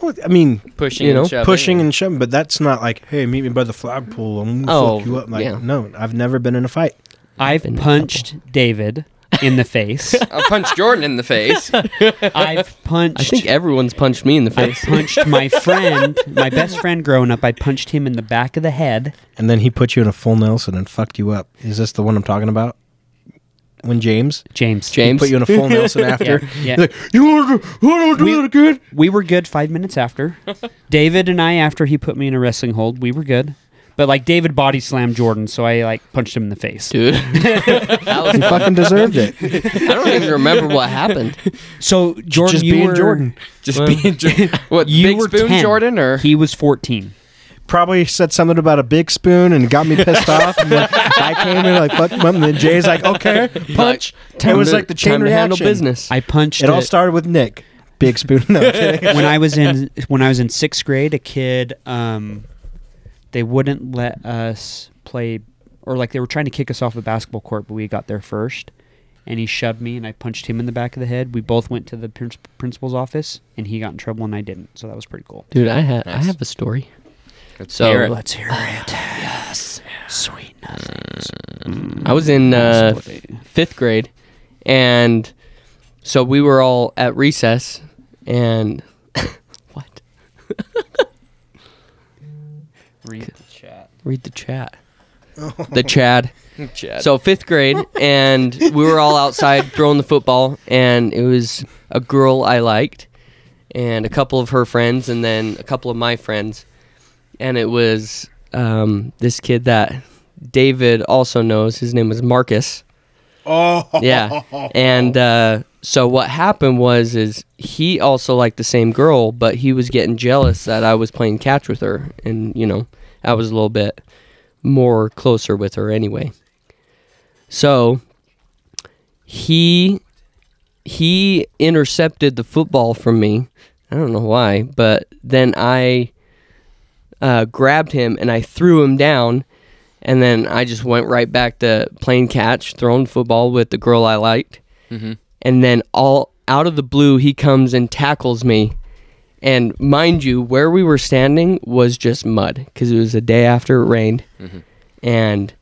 Speaker 1: Well, I mean,
Speaker 3: pushing,
Speaker 4: you know,
Speaker 3: and shoving.
Speaker 1: pushing and shoving, but that's not like, hey, meet me by the flagpole. I'm gonna
Speaker 4: Oh,
Speaker 1: fuck you up. Like,
Speaker 4: yeah.
Speaker 1: no, I've never been in a fight.
Speaker 2: I've
Speaker 4: Been in
Speaker 2: punched David in the face.
Speaker 3: I punched Jordan in the face.
Speaker 2: I've punched.
Speaker 4: I think everyone's punched me in the
Speaker 2: I
Speaker 4: face.
Speaker 2: punched my friend, my best friend growing up. I punched him in the back of the head.
Speaker 1: And then he put you in a full Nelson and fucked you up. Is this the one I'm talking about? When James,
Speaker 2: James.
Speaker 4: James.
Speaker 1: put you in a full Nelson after,
Speaker 2: yeah.
Speaker 1: He's like, you want to? I don't do
Speaker 2: We-
Speaker 1: that again.
Speaker 2: We were good five minutes after. David and I, after he put me in a wrestling hold, we were good. But like David body slammed Jordan, so I like punched him in the face.
Speaker 4: dude. that was
Speaker 1: He
Speaker 4: fun.
Speaker 1: fucking deserved it.
Speaker 4: I don't even remember what happened.
Speaker 2: So Jordan,
Speaker 1: Just
Speaker 2: you
Speaker 1: being
Speaker 2: were
Speaker 1: Jordan.
Speaker 3: Just
Speaker 4: Well,
Speaker 3: being Jordan. What
Speaker 2: you
Speaker 3: big
Speaker 2: were
Speaker 3: spoon
Speaker 2: 10.
Speaker 3: Jordan or
Speaker 2: he was fourteen.
Speaker 1: probably said something about a big spoon and got me pissed off. And like, I came in like fuck him up, and then Jay's like, okay, punch. it was
Speaker 4: to-
Speaker 1: like the chain
Speaker 4: time to
Speaker 1: reaction.
Speaker 4: handle business.
Speaker 2: I punched
Speaker 1: It all
Speaker 2: it.
Speaker 1: started with Nick, big spoon. No, I'm kidding.
Speaker 2: when I was in when I was in sixth grade, a kid um, they wouldn't let us play, or like they were trying to kick us off a basketball court, but we got there first, and he shoved me, and I punched him in the back of the head. We both went to the prin- principal's office, and he got in trouble, and I didn't, so that was pretty cool.
Speaker 4: dude, I had I
Speaker 3: Nice.
Speaker 4: have a story.
Speaker 3: so?
Speaker 4: So
Speaker 2: Let's hear it. yes, sweet nothings.
Speaker 4: I was in uh,
Speaker 2: Possibly.
Speaker 4: fifth grade, and so we were all at recess, and what?
Speaker 2: Read the chat.
Speaker 4: Read the chat. The Chad.
Speaker 3: Chad.
Speaker 4: So fifth grade, and we were all outside throwing the football, and it was a girl I liked, and a couple of her friends, and then a couple of my friends, and it was um, this kid that David also knows. His name was Marcus.
Speaker 1: oh,
Speaker 4: Yeah, and uh, so what happened was is he also liked the same girl, but he was getting jealous that I was playing catch with her, and you know I was a little bit more closer with her anyway. So he he intercepted the football from me. I don't know why, but then I uh, grabbed him and I threw him down, and then I just went right back to playing catch, throwing football with the girl I liked, and then all out of the blue he comes and tackles me. And mind you, where we were standing was just mud because it was the day after it rained. And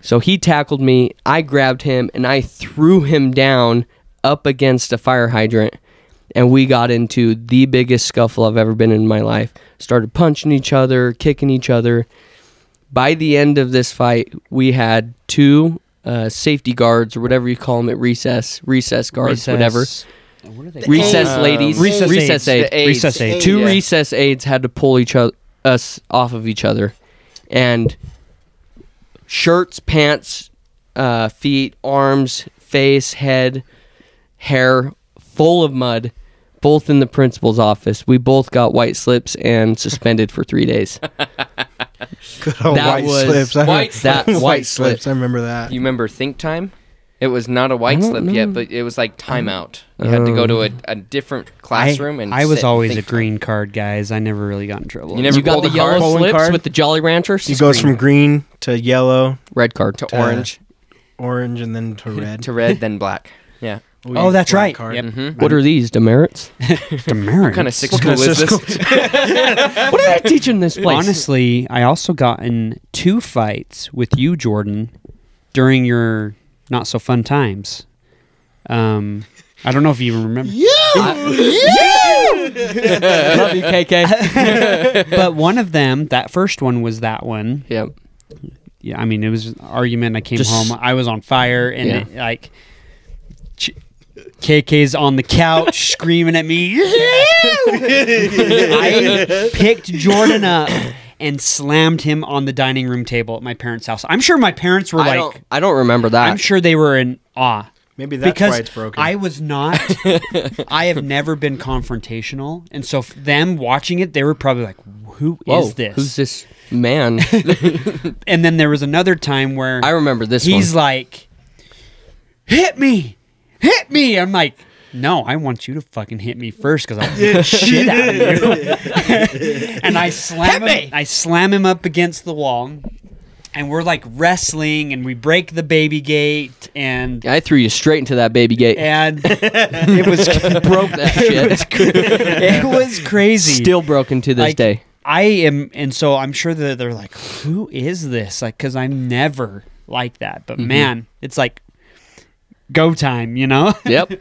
Speaker 4: so he tackled me. I grabbed him and I threw him down up against a fire hydrant. And we got into the biggest scuffle I've ever been in my life. Started punching each other, kicking each other. By the end of this fight, we had two uh, safety guards or whatever you call them at recess, recess guards, whatever
Speaker 2: What are they?
Speaker 4: recess
Speaker 3: Um,
Speaker 4: ladies,
Speaker 1: Recess aides.
Speaker 4: recess aid,
Speaker 3: The aides.
Speaker 1: Recess aid.
Speaker 4: two
Speaker 3: Yeah.
Speaker 4: recess aides had to pull each other us off of each other, and shirts, pants, uh, feet, arms, face, head, hair, full of mud. Both in the principal's office. We both got white slips and suspended for three days.
Speaker 1: Good old
Speaker 4: That
Speaker 1: white
Speaker 4: was
Speaker 1: slips. I
Speaker 3: white
Speaker 4: That
Speaker 1: remember-
Speaker 4: white slip.
Speaker 1: I remember that.
Speaker 3: You remember Think Time? It was not a white
Speaker 4: don't
Speaker 3: slip
Speaker 4: know.
Speaker 3: yet, but it was like timeout. You had to go to a, a different classroom
Speaker 2: I,
Speaker 3: and
Speaker 2: I was
Speaker 3: sit and
Speaker 2: always a
Speaker 3: think.
Speaker 2: green card, guys. I never really got in trouble.
Speaker 3: You never-
Speaker 4: You got
Speaker 3: pulled
Speaker 4: the
Speaker 3: a card?
Speaker 4: yellow
Speaker 1: Bowling
Speaker 4: slips
Speaker 1: card?
Speaker 4: with the Jolly Ranchers.
Speaker 1: It goes from green to yellow,
Speaker 4: red card
Speaker 3: to orange
Speaker 1: orange, and then to red.
Speaker 3: to red then black. Yeah.
Speaker 1: We
Speaker 2: Oh, that's
Speaker 1: black
Speaker 2: right.
Speaker 1: card.
Speaker 2: Yep.
Speaker 3: Mm-hmm.
Speaker 4: What are these demerits?
Speaker 2: Demerits.
Speaker 3: Kind of six
Speaker 1: What kind
Speaker 3: school
Speaker 1: of
Speaker 3: is
Speaker 1: Cisco-
Speaker 3: this?
Speaker 4: what are they teaching this place?
Speaker 2: Honestly, I also got in two fights with you, Jordan, during your not so fun times. Um, I don't know if you remember,
Speaker 4: love you, KK.
Speaker 2: but one of them, that first one was that one.
Speaker 4: yep.
Speaker 2: Yeah, I mean, it was an argument. I came
Speaker 4: Just-
Speaker 2: home, I was on fire, and
Speaker 4: Yeah.
Speaker 2: it, like ch- KK's on the couch screaming at me. I picked Jordan up. And slammed him on the dining room table at my parents' house. I'm sure my parents were
Speaker 4: I
Speaker 2: like,
Speaker 4: don't. I don't remember that.
Speaker 2: I'm sure they were in awe.
Speaker 1: Maybe that's
Speaker 2: because
Speaker 1: why it's broken.
Speaker 2: I was not. I have never been confrontational, and so f- them watching it, they were probably like, "Who is
Speaker 4: Whoa,
Speaker 2: this?"
Speaker 4: Who's this man?
Speaker 2: And then there was another time where
Speaker 4: I remember this
Speaker 2: he's
Speaker 4: one.
Speaker 2: like, "Hit me, hit me!" I'm like, "No, I want you to fucking hit me first because I'll beat the shit out of you." and I slam him. I slam him up against the wall, and we're like wrestling, and we break the baby gate, and
Speaker 4: I threw you straight into that baby gate.
Speaker 2: and it was
Speaker 4: Broke that shit.
Speaker 2: it was crazy.
Speaker 4: Still broken to this
Speaker 2: Like,
Speaker 4: day.
Speaker 2: I am, and so I'm sure that they're like, "Who is this?" Like, because I'm never like
Speaker 3: Mm-hmm.
Speaker 2: that. But man, it's like go time, you know.
Speaker 4: Yep.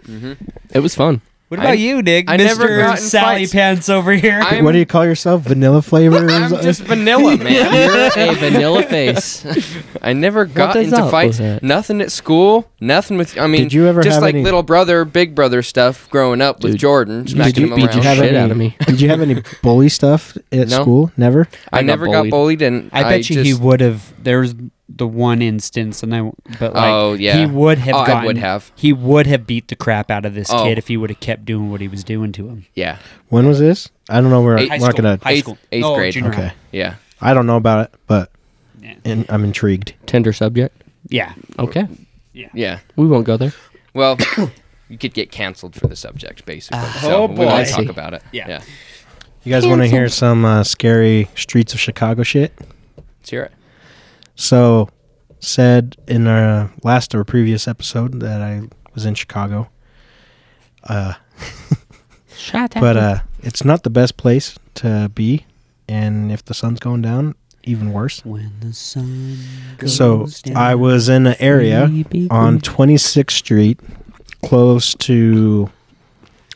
Speaker 4: It was fun.
Speaker 2: What about
Speaker 3: I-
Speaker 2: you, Nick?
Speaker 3: I never
Speaker 2: Mr.
Speaker 3: got in
Speaker 2: Sally
Speaker 3: fights.
Speaker 2: Pants over here.
Speaker 3: I'm,
Speaker 1: what do you call yourself? Vanilla flavor?
Speaker 3: I'm just vanilla, man.
Speaker 4: You're a vanilla face.
Speaker 3: I never got
Speaker 4: does
Speaker 3: into
Speaker 4: that
Speaker 3: fights.
Speaker 4: represent?
Speaker 3: Nothing at school. Nothing with. I mean,
Speaker 1: Did you ever
Speaker 3: just
Speaker 1: have
Speaker 3: like
Speaker 1: any-
Speaker 3: little brother, big brother stuff growing up with
Speaker 4: Dude,
Speaker 3: Jordan, smacking
Speaker 4: you-
Speaker 3: him
Speaker 4: did
Speaker 3: around.
Speaker 4: you have shit
Speaker 1: any,
Speaker 4: out of me.
Speaker 1: did you have any bully stuff at
Speaker 3: No.
Speaker 1: school? Never.
Speaker 4: I
Speaker 3: I,
Speaker 4: got
Speaker 3: never got
Speaker 4: bullied.
Speaker 3: bullied, and
Speaker 2: I bet you he
Speaker 3: just-
Speaker 2: would have. There's the one instance, and I. But like,
Speaker 3: Oh, yeah.
Speaker 2: he would have.
Speaker 3: Oh, I
Speaker 2: gotten-
Speaker 3: would have.
Speaker 2: He would have beat the crap out of this
Speaker 3: Oh.
Speaker 2: kid if he would have kept doing what he was doing to him.
Speaker 3: Yeah,
Speaker 1: When was this? I don't know. We're,
Speaker 3: Eight-
Speaker 1: we're
Speaker 2: High
Speaker 1: not
Speaker 2: school.
Speaker 1: gonna.
Speaker 2: High
Speaker 3: Eighth-
Speaker 2: school.
Speaker 3: eighth
Speaker 2: No,
Speaker 3: grade.
Speaker 2: junior
Speaker 1: okay.
Speaker 2: high.
Speaker 3: yeah.
Speaker 1: I don't know about it, but
Speaker 2: Yeah.
Speaker 1: and I'm intrigued.
Speaker 4: Tender subject.
Speaker 2: Yeah.
Speaker 4: Okay.
Speaker 3: Yeah.
Speaker 4: We won't go there.
Speaker 3: Well, you could get canceled for the subject, basically.
Speaker 2: Oh,
Speaker 3: so we
Speaker 2: boy.
Speaker 3: won't
Speaker 4: I see.
Speaker 3: talk about it.
Speaker 2: Yeah.
Speaker 3: yeah.
Speaker 1: You guys want to hear some uh, scary streets of Chicago shit?
Speaker 3: Let's hear it.
Speaker 1: So, said in our last or previous episode that I was in Chicago. Uh,
Speaker 4: Shut
Speaker 1: but uh, it's not the best place to be, and if the sun's going down, even worse.
Speaker 2: When the sun goes
Speaker 1: So
Speaker 2: down.
Speaker 1: I was in an area
Speaker 4: Creepy,
Speaker 1: on
Speaker 2: Mm-hmm.
Speaker 1: 26th Street, close to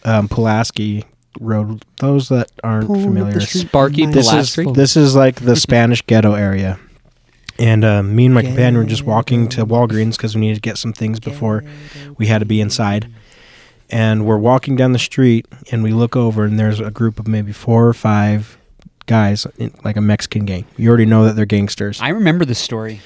Speaker 1: um, Pulaski Road. Those that aren't
Speaker 2: Pull up the
Speaker 1: familiar,
Speaker 2: street
Speaker 4: Sparky
Speaker 2: lights.
Speaker 1: this is
Speaker 4: Pulaski?
Speaker 1: this is like the Spanish ghetto area. And uh, me and my companion were just walking to Walgreens because we needed to get some things before we had to be inside. And we're walking down the street, and we look over, and there's a group of maybe four or five guys, in, like a Mexican gang. You already know that they're gangsters
Speaker 2: I remember this story.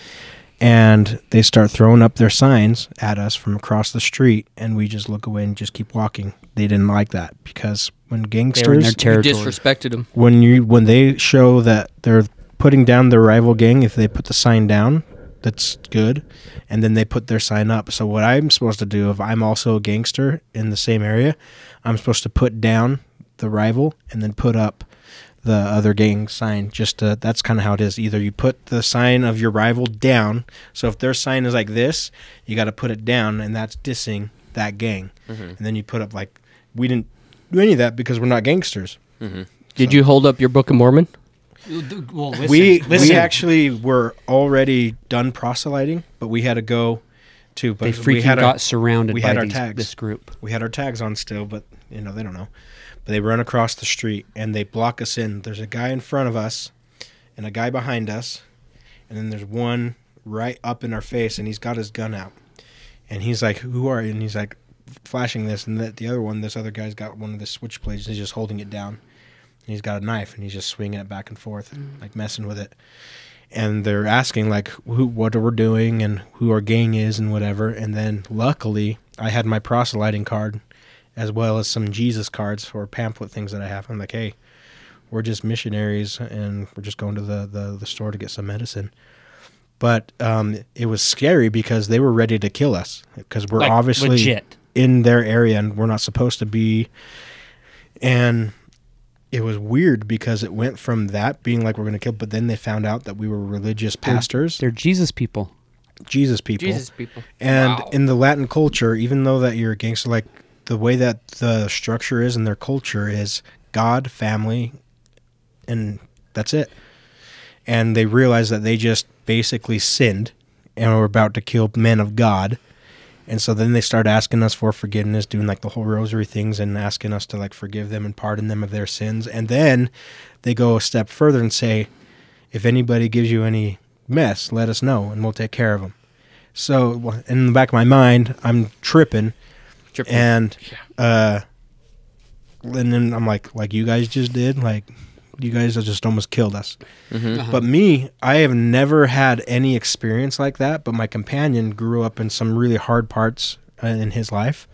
Speaker 1: and they start throwing up their signs at us from across the street and we just look away and just keep walking they didn't like that because when
Speaker 2: They were in their
Speaker 1: gangsters
Speaker 4: You
Speaker 2: territory.
Speaker 4: disrespected him.
Speaker 1: when you when they show that they're putting down their rival gang if they put the sign down that's good and then they put their sign up so what i'm supposed to do if i'm also a gangster in the same area i'm supposed to put down the rival and then put up the other gang sign just to, that's kind of how it is either you put the sign of your rival down so if their sign is like this you got to put it down and that's dissing that gang and then you put up like we didn't do any of that because we're not gangsters
Speaker 4: Did you hold up your Book of Mormon?
Speaker 2: well, listen,
Speaker 1: we
Speaker 2: listen.
Speaker 1: we actually were already done proselyting, but we had to go to. But
Speaker 2: they
Speaker 1: we
Speaker 2: freaking
Speaker 1: had
Speaker 2: got
Speaker 1: our,
Speaker 2: surrounded
Speaker 1: we
Speaker 2: by
Speaker 1: had our
Speaker 2: these-
Speaker 1: tags.
Speaker 2: this group.
Speaker 1: we had our tags on still, but you know they don't know. But they run across the street and they block us in. There's a guy in front of us, and a guy behind us, and then there's one right up in our face, and he's got his gun out, and he's like, "Who are you?" And he's like, flashing this, and that the other one, this other guy's got one of the switch blades. He's just holding it down, and he's got a knife, and he's just swinging it back and forth, like messing with it. And they're asking like who, what we're doing, and who our gang is, and whatever. And then luckily, I had my proselyting card, as well as some Jesus cards or pamphlet things that I have. I'm like, hey, we're just missionaries, and we're just going to the the, the store to get some medicine but um, it was scary because they were ready to kill us because we're
Speaker 2: Like,
Speaker 1: obviously
Speaker 2: legit.
Speaker 1: in their area and we're not supposed to be. And it was weird because it went from that being like we're going to kill, but then they found out that we were religious pastors,
Speaker 2: They're Jesus people.
Speaker 1: Jesus people,
Speaker 4: Jesus people.
Speaker 1: and
Speaker 3: Wow.
Speaker 1: in the Latin culture, even though that you're a gangster, like the way that the structure is in their culture is God, family, and that's it. And they realized that they just basically sinned and were about to kill men of God. And so then they start asking us for forgiveness, doing like the whole rosary things and asking us to like forgive them and pardon them of their sins. And then they go a step further and say, if anybody gives you any mess, let us know and we'll take care of them. So w- in the back of my mind, I'm tripping,
Speaker 3: Triple-
Speaker 1: and uh, and then I'm like, like you guys just did, like you guys just almost killed us.
Speaker 3: Mm-hmm.
Speaker 1: But me, I have never had any experience like that. But my companion grew up in some really hard parts uh, in his life,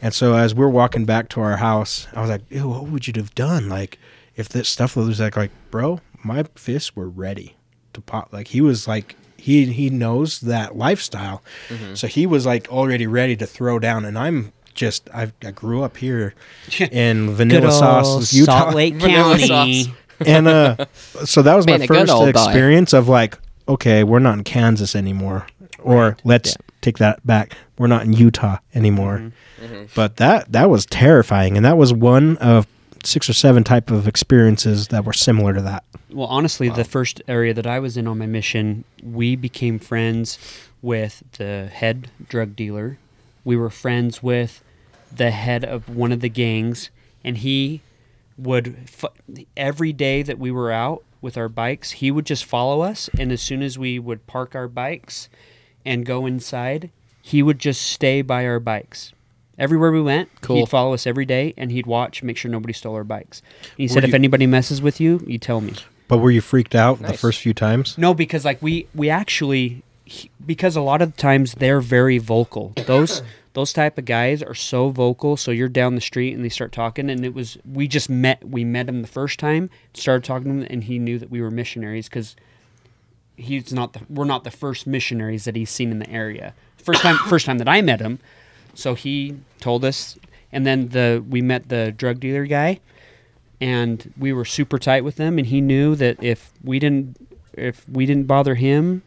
Speaker 1: and so as we're walking back to our house, I was like, Ew, what would you have done? Like if this stuff was like, like bro, my fists were ready to pop. Like he was like he he knows that lifestyle, so he was like already ready to throw down. And I'm just I've, I grew up here in vanilla sauce, Utah,
Speaker 2: Salt Lake
Speaker 3: Vanilla
Speaker 2: County.
Speaker 3: sauce.
Speaker 1: and uh, so that was my
Speaker 4: Been a good
Speaker 1: first
Speaker 4: old boy.
Speaker 1: experience of like, okay, we're not in Kansas anymore, or let's take that back, we're not in Utah anymore.
Speaker 4: Mm-hmm.
Speaker 1: But that that was terrifying, and that was one of six or seven type of experiences that were similar to that.
Speaker 2: Well, honestly, the first area that I was in on my mission, we became friends with the head drug dealer. We were friends with the head of one of the gangs, and he would f- every day that we were out with our bikes, he would just follow us. And as soon as we would park our bikes and go inside, he would just stay by our bikes. Everywhere we went,
Speaker 4: Cool.
Speaker 2: he'd follow us every day, and he'd watch, make sure nobody stole our bikes. He
Speaker 1: Were
Speaker 2: said, "If
Speaker 1: you-
Speaker 2: anybody messes with you, you tell me."
Speaker 1: But were you freaked out the
Speaker 3: Nice.
Speaker 1: first few times?
Speaker 2: No, because like we we actually he- because a lot of the times they're very vocal. Those those type of guys are so vocal. So you're down the street and they start talking, and it was we just met we met him the first time, started talking to him, and he knew that we were missionaries because he's not the, we're not the first missionaries that he's seen in the area. First time first time that I met him, so he told us, and then the we met the drug dealer guy and we were super tight with them and he knew that if we didn't if we didn't bother him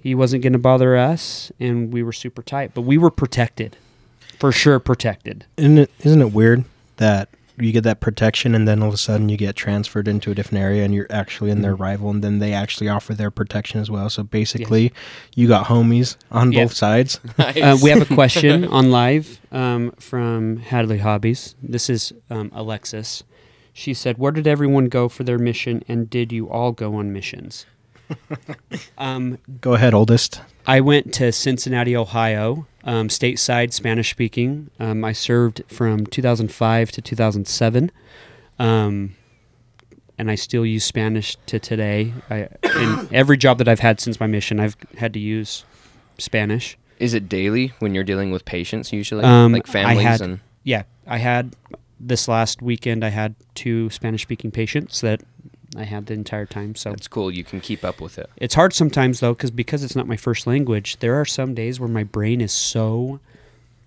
Speaker 2: he wasn't going to bother us and we were super tight but we were protected for sure protected
Speaker 1: Isn't it, isn't it weird that you get that protection and then all of a sudden you get transferred into a different area and you're actually in
Speaker 4: Mm-hmm.
Speaker 1: their rival and then they actually offer their protection as well. So basically, you got homies on
Speaker 2: Yeah.
Speaker 1: both sides.
Speaker 2: uh, we have a question on live um, from hadley hobbies this is um, alexis she said where did everyone go for their mission and did you all go on missions um,
Speaker 1: Go ahead, oldest.
Speaker 2: I went to Cincinnati, Ohio, um, stateside, Spanish speaking. Um, I served from 2005 to 2007, um, and I still use Spanish to today. I, in every job that I've had since my mission, I've had to use Spanish.
Speaker 3: Is it daily when you're dealing with patients usually,
Speaker 2: Um,
Speaker 3: like
Speaker 2: I
Speaker 3: families
Speaker 2: had-
Speaker 3: and
Speaker 2: Yeah, I had this last weekend. I had two Spanish speaking patients that I had the entire time. So
Speaker 3: that's cool. You can keep up with it.
Speaker 2: It's hard sometimes though, because because it's not my first language. There are some days where my brain is so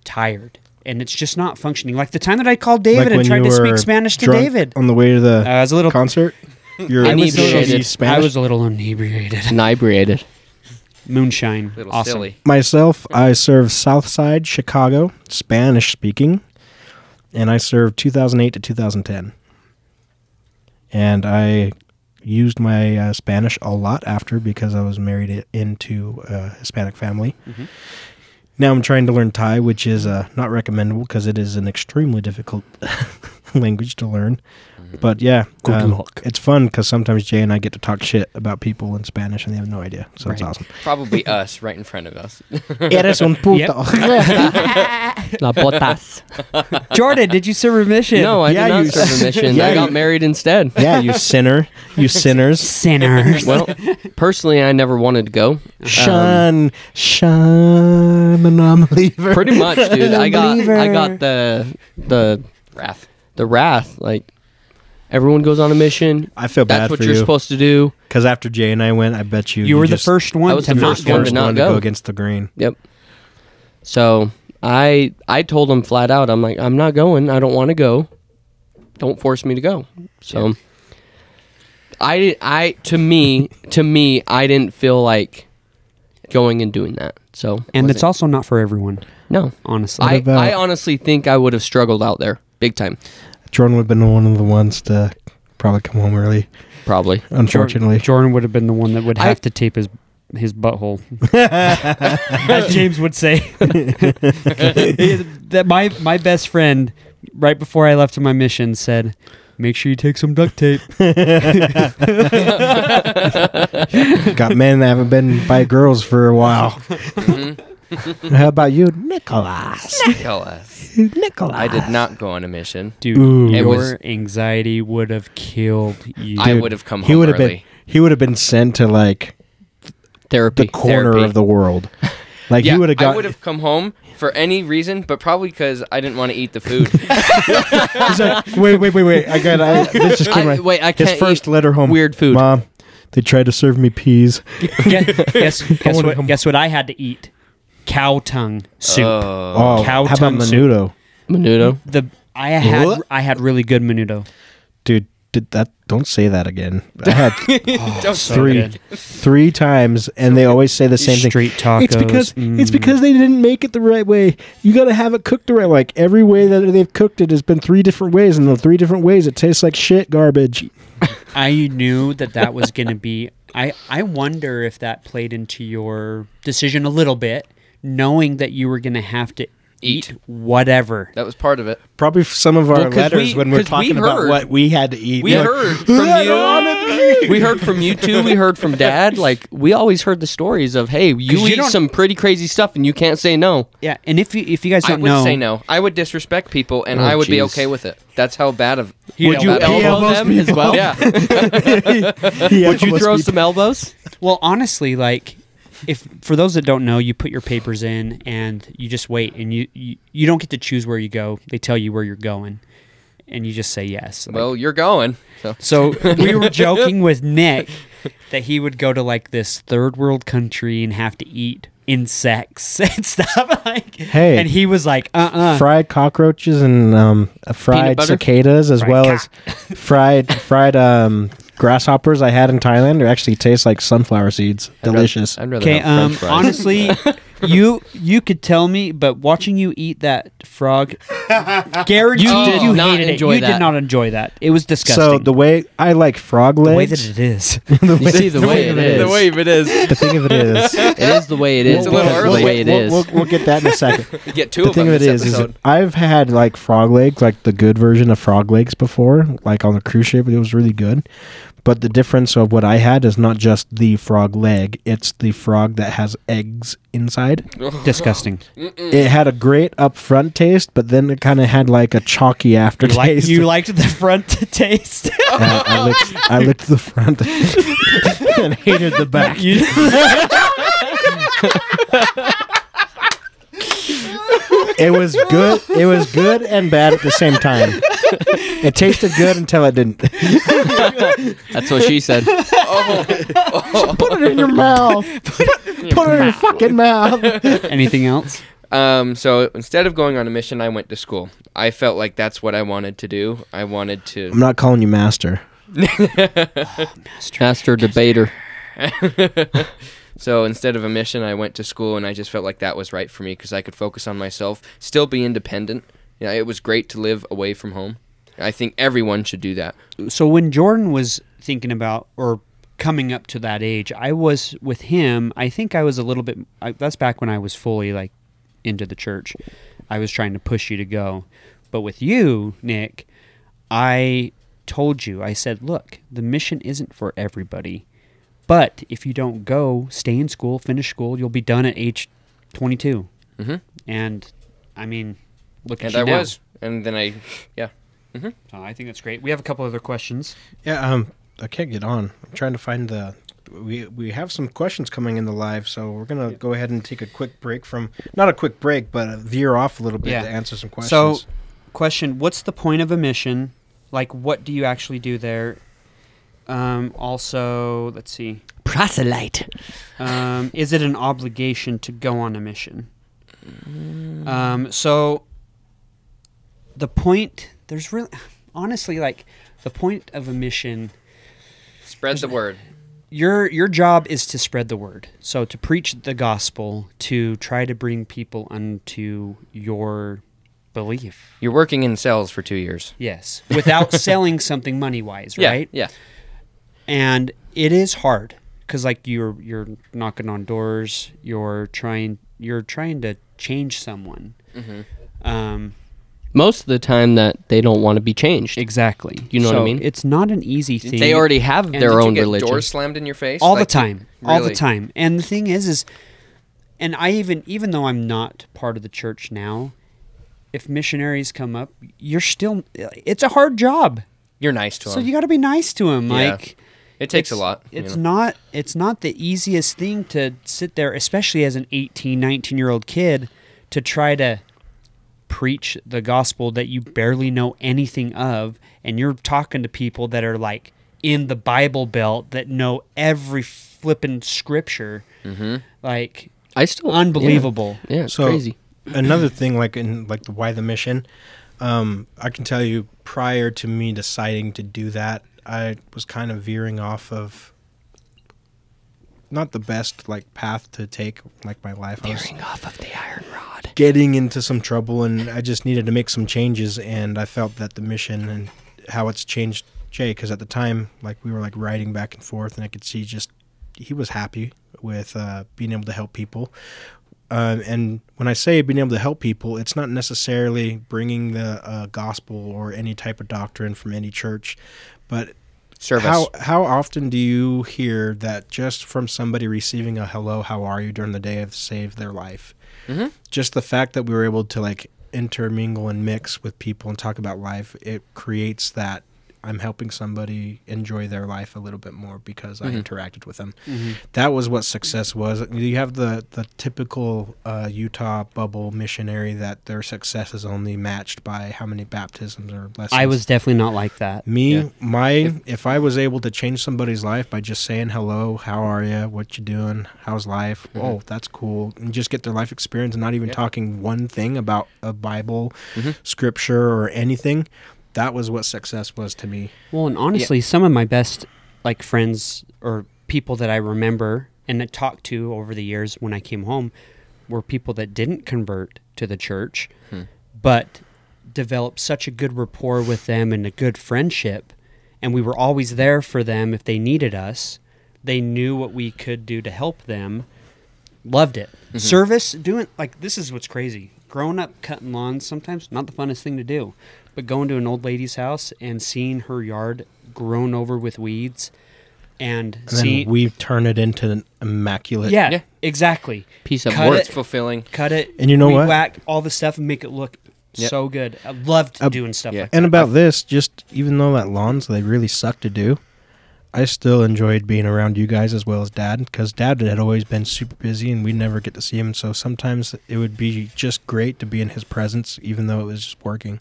Speaker 2: tired and it's just not functioning. Like the time that I called David and tried to speak Spanish to
Speaker 1: drunk Uh,
Speaker 2: David.
Speaker 1: on the way to the
Speaker 2: Uh, I was a little.
Speaker 1: concert. You're
Speaker 4: I
Speaker 2: was a little-
Speaker 4: Inebriated.
Speaker 2: I
Speaker 1: Spanish.
Speaker 2: was a little inebriated.
Speaker 4: Inebriated.
Speaker 2: Moonshine,
Speaker 3: Little
Speaker 2: awesome.
Speaker 3: silly.
Speaker 1: Myself, I served Southside Chicago, Spanish speaking, and I served 2008 to 2010. And I used my uh, Spanish a lot after because I was married i- into a Hispanic family.
Speaker 2: Mm-hmm.
Speaker 1: Now I'm trying to learn Thai, which is uh, not recommendable because it is an extremely difficult language to learn. But yeah,
Speaker 6: Good
Speaker 1: um,
Speaker 6: luck.
Speaker 1: It's fun because sometimes Jay and I get to talk shit about people in Spanish and they have no idea, so it's
Speaker 2: Right.
Speaker 1: awesome.
Speaker 3: Probably us right in front of us.
Speaker 1: Eres un puto.
Speaker 4: La botas.
Speaker 2: Jordan, did you serve remission?
Speaker 4: no, I
Speaker 1: Yeah,
Speaker 4: did
Speaker 1: you-
Speaker 4: not serve a mission.
Speaker 1: Yeah,
Speaker 4: I got
Speaker 1: you-
Speaker 4: married instead.
Speaker 1: yeah, you sinner, you sinners.
Speaker 2: sinners.
Speaker 4: Well, personally, I never wanted to go.
Speaker 1: Shun, shun, and I'm a believer.
Speaker 4: Pretty much, dude. I got I
Speaker 1: Believer.
Speaker 4: got the the
Speaker 3: Wrath.
Speaker 4: the wrath. Like everyone goes on a mission.
Speaker 1: I feel bad
Speaker 4: That's what
Speaker 1: for
Speaker 4: you're
Speaker 1: you
Speaker 4: supposed to do.
Speaker 1: because after Jay and I went, I bet you
Speaker 2: you, were the
Speaker 1: just-
Speaker 2: first one
Speaker 4: I was
Speaker 2: to
Speaker 4: the
Speaker 1: you were
Speaker 2: not
Speaker 4: first
Speaker 1: the
Speaker 2: go.
Speaker 4: one to not
Speaker 1: go.
Speaker 4: go.
Speaker 1: against the green.
Speaker 4: Yep. So I I told him flat out. I'm like, I'm not going. I don't want to go. Don't force me to go. So I I to me to me I didn't feel like going and doing that. So
Speaker 2: And
Speaker 4: wasn't-
Speaker 2: it's also not for everyone,
Speaker 4: no.
Speaker 2: honestly.
Speaker 4: I,
Speaker 1: about-
Speaker 4: I honestly think I would have struggled out there big time.
Speaker 1: Jordan would have been one of the ones to probably come home early.
Speaker 4: Probably.
Speaker 1: Unfortunately,
Speaker 2: Jordan would have been the one that would
Speaker 4: I-
Speaker 2: have to tape his his butthole, as James would say. that my my best friend, right before I left to my mission, said, "Make sure you take some duct tape."
Speaker 1: got men that haven't been by girls for a while.
Speaker 3: Mm-hmm.
Speaker 1: How about you, Nicholas?
Speaker 3: Kill us.
Speaker 1: Nicholas.
Speaker 3: I did not go on a mission.
Speaker 2: Dude,
Speaker 1: Ooh.
Speaker 2: your
Speaker 3: It was-
Speaker 2: anxiety would have killed you.
Speaker 3: I would have come
Speaker 1: He
Speaker 3: home
Speaker 1: would have
Speaker 3: early.
Speaker 1: been. He would have been sent to like the
Speaker 4: Therapy.
Speaker 1: corner
Speaker 3: Therapy.
Speaker 1: of the world. Like
Speaker 3: yeah,
Speaker 1: he would have
Speaker 3: I would
Speaker 1: got.
Speaker 3: have come home for any reason, but probably because I didn't want to eat the food.
Speaker 1: He's like, wait, wait, wait, wait. I got. I, this just came
Speaker 4: I-
Speaker 1: right.
Speaker 4: wait, I
Speaker 1: His
Speaker 4: can't
Speaker 1: first
Speaker 4: eat
Speaker 1: letter home.
Speaker 4: weird food.
Speaker 1: Mom, they tried to serve me peas.
Speaker 2: guess, guess, guess,
Speaker 1: wanna
Speaker 2: what,
Speaker 1: come-
Speaker 2: guess what I had to eat? Cow tongue soup.
Speaker 3: Oh.
Speaker 1: Oh,
Speaker 2: Cow
Speaker 1: how about
Speaker 2: tongue soup.
Speaker 1: menudo,
Speaker 4: Menudo.
Speaker 2: The I had
Speaker 1: What?
Speaker 2: I had really good menudo.
Speaker 1: dude? Did that? Don't say that again. I had
Speaker 3: Don't-
Speaker 1: three,
Speaker 2: Oh, good.
Speaker 1: three times, and they always say the same thing.
Speaker 2: Street tacos.
Speaker 1: It's because it's
Speaker 2: Mm.
Speaker 1: because they didn't make it the right way. You got to have it cooked the right way. Like every way that they've cooked it has been three different ways, and the three different ways it tastes like shit garbage.
Speaker 2: I knew that that was going to be. I I wonder if that played into your decision a little bit, knowing that you were going to have to eat,
Speaker 3: Eat.
Speaker 2: whatever.
Speaker 3: That was part of it.
Speaker 1: Probably f- some of our
Speaker 4: Well, 'cause
Speaker 1: letters
Speaker 4: we-
Speaker 1: when we're
Speaker 4: 'cause we
Speaker 1: talking about
Speaker 4: heard-
Speaker 1: what we had to eat.
Speaker 4: We
Speaker 1: You're like,
Speaker 4: heard from you. we heard from you too. We heard from dad. Like we always heard the stories of, hey, you,
Speaker 2: you
Speaker 4: eat
Speaker 2: don't-
Speaker 4: some pretty crazy stuff and you can't say no.
Speaker 2: Yeah, and if you if you guys
Speaker 3: I
Speaker 2: don't
Speaker 3: would
Speaker 2: know,
Speaker 3: say no. I would disrespect people, and
Speaker 4: Oh,
Speaker 3: I would be
Speaker 4: jeez.
Speaker 3: okay with it. That's how bad of.
Speaker 4: Would you
Speaker 3: elbow
Speaker 4: elbow,
Speaker 1: elbows
Speaker 4: them as well?
Speaker 3: Yeah,
Speaker 1: Yeah,
Speaker 4: Would you
Speaker 1: must
Speaker 4: throw
Speaker 1: be-
Speaker 4: some elbows?
Speaker 2: Well, honestly, like if for those that don't know, you put your papers in and you just wait, and you you, you don't get to choose where you go. They tell you where you're going, and you just say yes. Like,
Speaker 3: well, you're going. So
Speaker 2: so we were joking with Nick that he would go to like this third world country and have to eat insects and stuff like
Speaker 1: Hey.
Speaker 2: and he was like uh-uh
Speaker 1: fried cockroaches and um, uh, fried
Speaker 4: butter?
Speaker 1: cicadas as well as fried fried um, grasshoppers I had in Thailand. They actually taste like sunflower seeds. Delicious.
Speaker 3: I'd rather
Speaker 2: okay
Speaker 3: have
Speaker 2: um
Speaker 3: French fries.
Speaker 2: honestly you you could tell me but watching you eat that frog guaranteed
Speaker 4: You
Speaker 2: you,
Speaker 4: did not
Speaker 2: hated
Speaker 4: enjoy
Speaker 2: it you
Speaker 4: that.
Speaker 2: did not enjoy that it was
Speaker 1: So
Speaker 2: disgusting
Speaker 1: the way I like frog legs,
Speaker 2: The way that it is
Speaker 4: You see the, way, it is.
Speaker 3: the way it is.
Speaker 1: the thing of it is,
Speaker 4: it is the way it is.
Speaker 3: It's a little
Speaker 4: because
Speaker 3: early.
Speaker 4: The way it
Speaker 1: we'll,
Speaker 4: is.
Speaker 1: we'll, we'll get that in a second.
Speaker 3: You get two
Speaker 1: the
Speaker 3: of them.
Speaker 1: thing of it
Speaker 3: this
Speaker 1: is, is
Speaker 3: episode.
Speaker 1: I've had like frog legs, like the good version of frog legs before, like on the cruise ship. It was really good. But the difference of what I had is not just the frog leg; it's the frog that has eggs inside.
Speaker 2: disgusting
Speaker 4: Mm.
Speaker 1: It had a great upfront taste, but then it kind of had like a chalky
Speaker 2: you, like,
Speaker 1: aftertaste.
Speaker 2: you liked the front taste
Speaker 1: Uh, I, licked, I licked the front and hated the back.
Speaker 2: You-
Speaker 1: It was good. It was good and bad at the same time. It tasted good until it didn't.
Speaker 4: That's what she said.
Speaker 3: Oh.
Speaker 1: Put it in your mouth. Put it in your fucking mouth.
Speaker 2: anything else
Speaker 3: Um, so instead of going on a mission, I went to school. I felt like that's what I wanted to do. I wanted
Speaker 1: I'm
Speaker 3: to.
Speaker 1: not calling you master.
Speaker 4: Master debater.
Speaker 3: So instead of a mission, I went to school, and I just felt like that was right for me because I could focus on myself, still be independent. Yeah, it was great to live away from home. I think everyone should do that.
Speaker 2: so when Jordan was thinking about or coming up to that age, I was with him. I think I was a little bit. I, that's back when I was fully like into the church. I was trying to push you to go, but with you, Nick, I told you, I said, look, the mission isn't for everybody. But if you don't go, stay in school, finish school, you'll be done at age 22. Mm-hmm. And I mean, look
Speaker 3: And
Speaker 2: at you
Speaker 3: I
Speaker 2: now.
Speaker 3: was. And then I, yeah.
Speaker 2: So I think that's great. We have a couple other questions.
Speaker 1: Yeah, um, I can't get on. I'm trying to find the. We we have some questions coming in the live, so we're gonna go ahead and take a quick break from not a quick break, but a veer off a little bit
Speaker 2: Yeah.
Speaker 1: to answer some questions.
Speaker 2: So, question: What's the point of a mission? Like, what do you actually do there? Um, also, let's see.
Speaker 4: Proselyte.
Speaker 2: Um, is it an obligation to go on a mission? Um, so, the point there's really, honestly, like the point of a mission
Speaker 3: Spread the word.
Speaker 2: your your job is to spread the word so to preach the gospel to try to bring people unto your belief
Speaker 3: You're working in sales for two years.
Speaker 2: yes without selling something money wise right
Speaker 3: Yeah.
Speaker 2: and it is hard because like you're you're knocking on doors you're trying you're trying to change someone
Speaker 3: Mm-hmm.
Speaker 2: um
Speaker 4: Most of the time that they don't want to be changed.
Speaker 2: exactly
Speaker 4: You know what I
Speaker 2: So
Speaker 4: mean?
Speaker 2: It's not an easy thing.
Speaker 4: They already have
Speaker 2: And
Speaker 4: their
Speaker 2: did
Speaker 3: You
Speaker 4: own
Speaker 3: get
Speaker 4: religion.
Speaker 3: doors slammed in your face
Speaker 2: all
Speaker 3: like,
Speaker 2: the time all the
Speaker 3: really.
Speaker 2: time and the thing is is and i even even though i'm not part of the church now if missionaries come up you're still it's a hard job
Speaker 3: You're nice to them.
Speaker 2: so you got to be nice to them
Speaker 3: Yeah.
Speaker 2: like
Speaker 3: it takes a
Speaker 2: it's-
Speaker 3: lot. you
Speaker 2: it's
Speaker 3: know.
Speaker 2: not it's not the easiest thing to sit there especially as an 18 19 year old kid to try to preach the gospel that you barely know anything of and you're talking to people that are like in the bible belt that know every flippin' scripture mm-hmm. like
Speaker 4: I still yeah.
Speaker 2: unbelievable
Speaker 4: Yeah, it's
Speaker 1: So,
Speaker 4: crazy.
Speaker 1: another thing, like in like the why the mission, um, I can tell you prior to me deciding to do that, I was kind of veering off of not the best like path to take like my life. I was
Speaker 4: off of the iron rod.
Speaker 1: getting into some trouble and I just needed to make some changes and I felt that the mission and how it's changed Jay because at the time like we were like riding back and forth and I could see just he was happy with uh, being able to help people um, and when I say being able to help people it's not necessarily bringing the uh, gospel or any type of doctrine from any church but
Speaker 3: Service.
Speaker 1: how how often do you hear that just from somebody receiving a hello, how are you during the day have saved their life? Mm-hmm. Just the fact that we were able to like intermingle and mix with people and talk about life, it creates that I'm helping somebody enjoy their life a little bit more because I interacted with them.
Speaker 2: Mm-hmm.
Speaker 1: That was what success was. You have the the typical uh, Utah bubble missionary that their success is only matched by how many baptisms or lessons.
Speaker 2: i was definitely not like that
Speaker 1: Me,
Speaker 3: Yeah.
Speaker 1: my, if, I was able to change somebody's life by just saying hello, how are you, what you doing, how's life,
Speaker 2: Mm-hmm.
Speaker 1: oh, that's cool, and just get their life experience, and not even talking one thing about a Bible,
Speaker 2: Mm-hmm.
Speaker 1: scripture, or anything. That was what success was to me.
Speaker 2: Well, and honestly, some of my best like friends or people that I remember and that talked to over the years when I came home were people that didn't convert to the church, but developed such a good rapport with them and a good friendship, and we were always there for them if they needed us. They knew what we could do to help them. Loved it.
Speaker 3: Mm-hmm.
Speaker 2: Service doing like this is what's crazy. Growing up cutting lawns sometimes not the funnest thing to do, but going to an old lady's house and seeing her yard grown over with weeds and,
Speaker 1: And
Speaker 2: seeing
Speaker 1: then we turn it into an immaculate.
Speaker 2: yeah,
Speaker 3: Yeah.
Speaker 2: exactly
Speaker 4: Piece of
Speaker 2: Cut
Speaker 4: work.
Speaker 3: It's fulfilling.
Speaker 2: cut it
Speaker 1: And you know what?
Speaker 2: whack all the stuff and make it look
Speaker 3: Yep.
Speaker 2: so good. I loved
Speaker 1: Uh,
Speaker 2: doing stuff
Speaker 3: yeah.
Speaker 2: like that.
Speaker 1: And about this, just even though that lawns they really suck to do, I still enjoyed being around you guys as well as Dad because Dad had always been super busy and we'd never get to see him. So sometimes it would be just great to be in his presence, even though it was just working.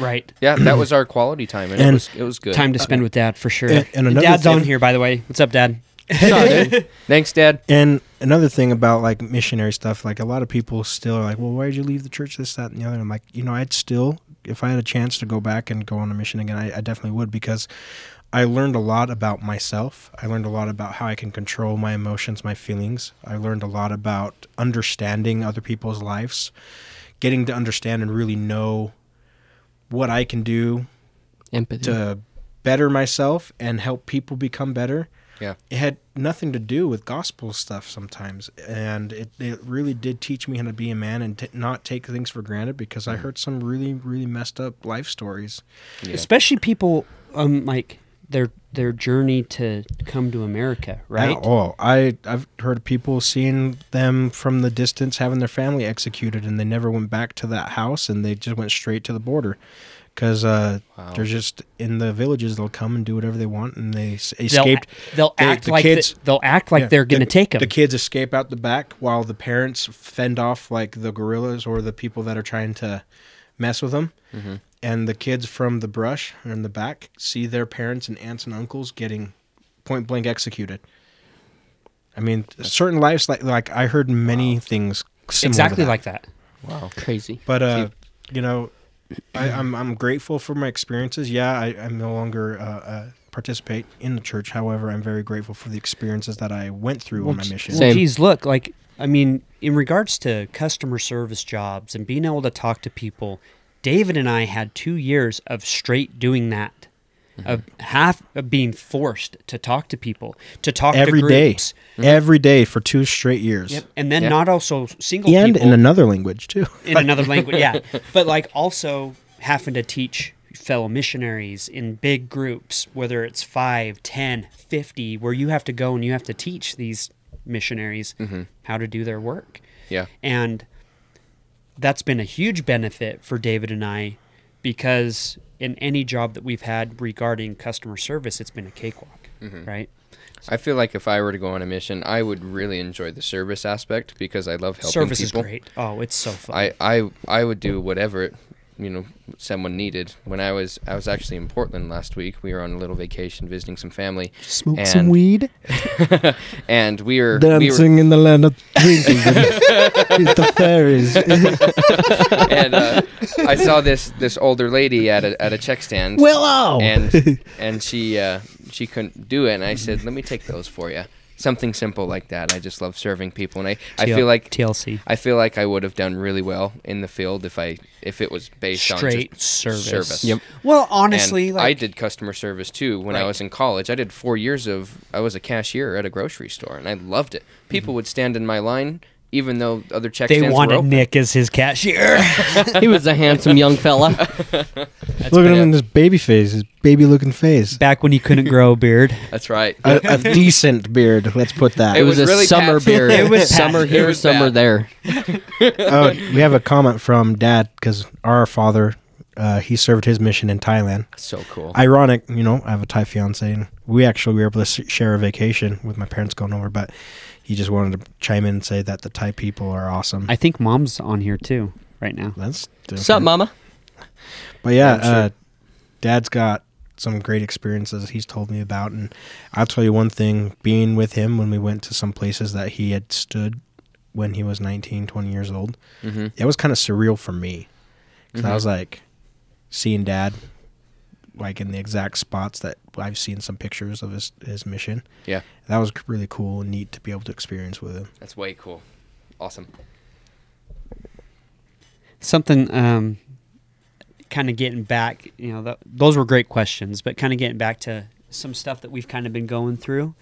Speaker 2: right.
Speaker 3: Yeah, that was our quality time, and, it
Speaker 1: And-
Speaker 3: was it was good.
Speaker 2: Time to spend with dad for sure.
Speaker 1: And- and another
Speaker 2: Dad's
Speaker 1: thing-
Speaker 2: on here by the way. What's up, Dad?
Speaker 3: Thanks, Dad.
Speaker 1: And another thing about like missionary stuff, like a lot of people still are like, well, why did you leave the church? This, that, and the other. And I'm like, you know, I'd still, if I had a chance to go back and go on a mission again, I, I definitely would because I learned a lot about myself. I learned a lot about how I can control my emotions, my feelings. I learned a lot about understanding other people's lives, getting to understand and really know what I can do
Speaker 4: Empathy.
Speaker 1: to better myself and help people become better
Speaker 3: Yeah,
Speaker 1: it had nothing to do with gospel stuff sometimes and it, it really did teach me how to be a man and t- not take
Speaker 2: Mm.
Speaker 1: things for granted because i heard some really really messed up life stories
Speaker 3: Yeah.
Speaker 2: especially people um like their their journey to come to America, right?
Speaker 1: Oh, I I've heard of people seeing them from the distance having their family executed, and they never went back to that house, and they just went straight to the border because uh, they're just in the villages. They'll come and do whatever they want, and they s-
Speaker 2: They'll,
Speaker 1: escaped.
Speaker 2: they'll
Speaker 1: They-
Speaker 2: act
Speaker 1: the
Speaker 2: like
Speaker 1: kids-
Speaker 2: th- they'll act like
Speaker 1: Yeah,
Speaker 2: they're
Speaker 1: the,
Speaker 2: gonna 'em. take them.
Speaker 1: The kids escape out the back while the parents fend off like the gorillas or the people that are trying to mess with them.
Speaker 3: Mm-hmm.
Speaker 1: And the kids from the brush or in the back see their parents and aunts and uncles getting point blank executed. I mean, certain lives like like I heard many things similar to
Speaker 2: exactly
Speaker 1: that.
Speaker 2: like that.
Speaker 4: Crazy.
Speaker 1: But uh, you know, I, I'm I'm grateful for my experiences. Yeah, I, I no longer uh, uh, participate in the church. However, I'm very grateful for the experiences that I went through on my mission.
Speaker 2: Well,
Speaker 4: Same.
Speaker 2: geez, look, like I mean, in regards to customer service jobs and being able to talk to people, David and I had two years of straight doing that,
Speaker 1: Mm-hmm.
Speaker 2: of half of being forced to talk to people, to talk
Speaker 1: Every
Speaker 2: to
Speaker 1: day,
Speaker 2: groups,
Speaker 1: every day for two straight years,
Speaker 2: Yep. and then
Speaker 3: Yeah.
Speaker 2: not also single
Speaker 1: and
Speaker 2: people
Speaker 1: in another language too.
Speaker 2: in another language. Yeah, but like also having to teach fellow missionaries in big groups, whether it's five, ten, fifty, where you have to go and you have to teach these missionaries how to do their work.
Speaker 3: Mm-hmm. Yeah.
Speaker 2: And that's been a huge benefit for David and I because in any job that we've had regarding customer service, it's been a cakewalk,
Speaker 3: Mm-hmm.
Speaker 2: right?
Speaker 3: I feel like if I were to go on a mission, I would really enjoy the service aspect because I love helping
Speaker 2: service
Speaker 3: people.
Speaker 2: is great. Oh, it's so fun.
Speaker 3: I, I I would do whatever you know someone needed. When I was I was actually in Portland last week. We were on a little vacation visiting some family. Smoke some weed. and we were
Speaker 1: Dancing in the land of drinking with the fairies.
Speaker 3: We were, and uh, I saw this this older lady at a at a check stand.
Speaker 1: Willow.
Speaker 3: and and she uh, she couldn't do it. And I said, let me take those for you. Something simple like that. I just love serving people, and I, I
Speaker 2: TL
Speaker 3: feel like
Speaker 2: TLC.
Speaker 3: I feel like I would have done really well in the field if I if it was based on
Speaker 2: Straight
Speaker 3: just
Speaker 2: service.
Speaker 3: service.
Speaker 4: Yep.
Speaker 2: Well,
Speaker 3: And
Speaker 2: honestly, like,
Speaker 3: I did customer service too when I
Speaker 2: Right.
Speaker 3: was in college. I did four years of I was a cashier at a grocery store, and I loved it. People would stand in my line, even though other check
Speaker 2: Mm-hmm. they
Speaker 3: stands were
Speaker 2: wanted
Speaker 3: open.
Speaker 2: Nick as his cashier.
Speaker 4: he was a handsome young fella.
Speaker 1: Look at him in this baby face, his baby looking face.
Speaker 2: Back when he couldn't grow a beard.
Speaker 3: That's right.
Speaker 1: A, a decent beard, let's put that.
Speaker 4: It was,
Speaker 3: was
Speaker 4: a
Speaker 3: really
Speaker 4: summer
Speaker 3: patchy.
Speaker 4: beard.
Speaker 2: It was
Speaker 4: summer
Speaker 2: patchy.
Speaker 4: here,
Speaker 3: It was
Speaker 4: summer
Speaker 3: bad.
Speaker 4: there.
Speaker 1: oh, we have a comment from Dad because our father, uh, he served his mission in Thailand.
Speaker 3: so cool.
Speaker 1: Ironic, you know, I have a Thai fiance, and we actually were able to s- share a vacation with my parents going over, but he just wanted to chime in and say that the Thai people are awesome.
Speaker 2: I think mom's on here too right now.
Speaker 1: That's
Speaker 4: What's up,
Speaker 1: different.
Speaker 4: mama?
Speaker 1: But yeah,
Speaker 3: I'm sure.
Speaker 1: uh, Dad's got some great experiences he's told me about, and I'll tell you one thing: being with him when we went to some places that he had stood when he was 19, 20 years old,
Speaker 3: Mhm.
Speaker 1: it was kind of surreal for me because I was
Speaker 3: Mm-hmm.
Speaker 1: like seeing Dad like in the exact spots that I've seen some pictures of his his mission.
Speaker 3: Yeah,
Speaker 1: That was really cool and neat to be able to experience with him.
Speaker 3: that's way cool. Awesome.
Speaker 2: something um, kind of getting back you know th- those were great questions but kind of getting back to some stuff that we've kind of been going through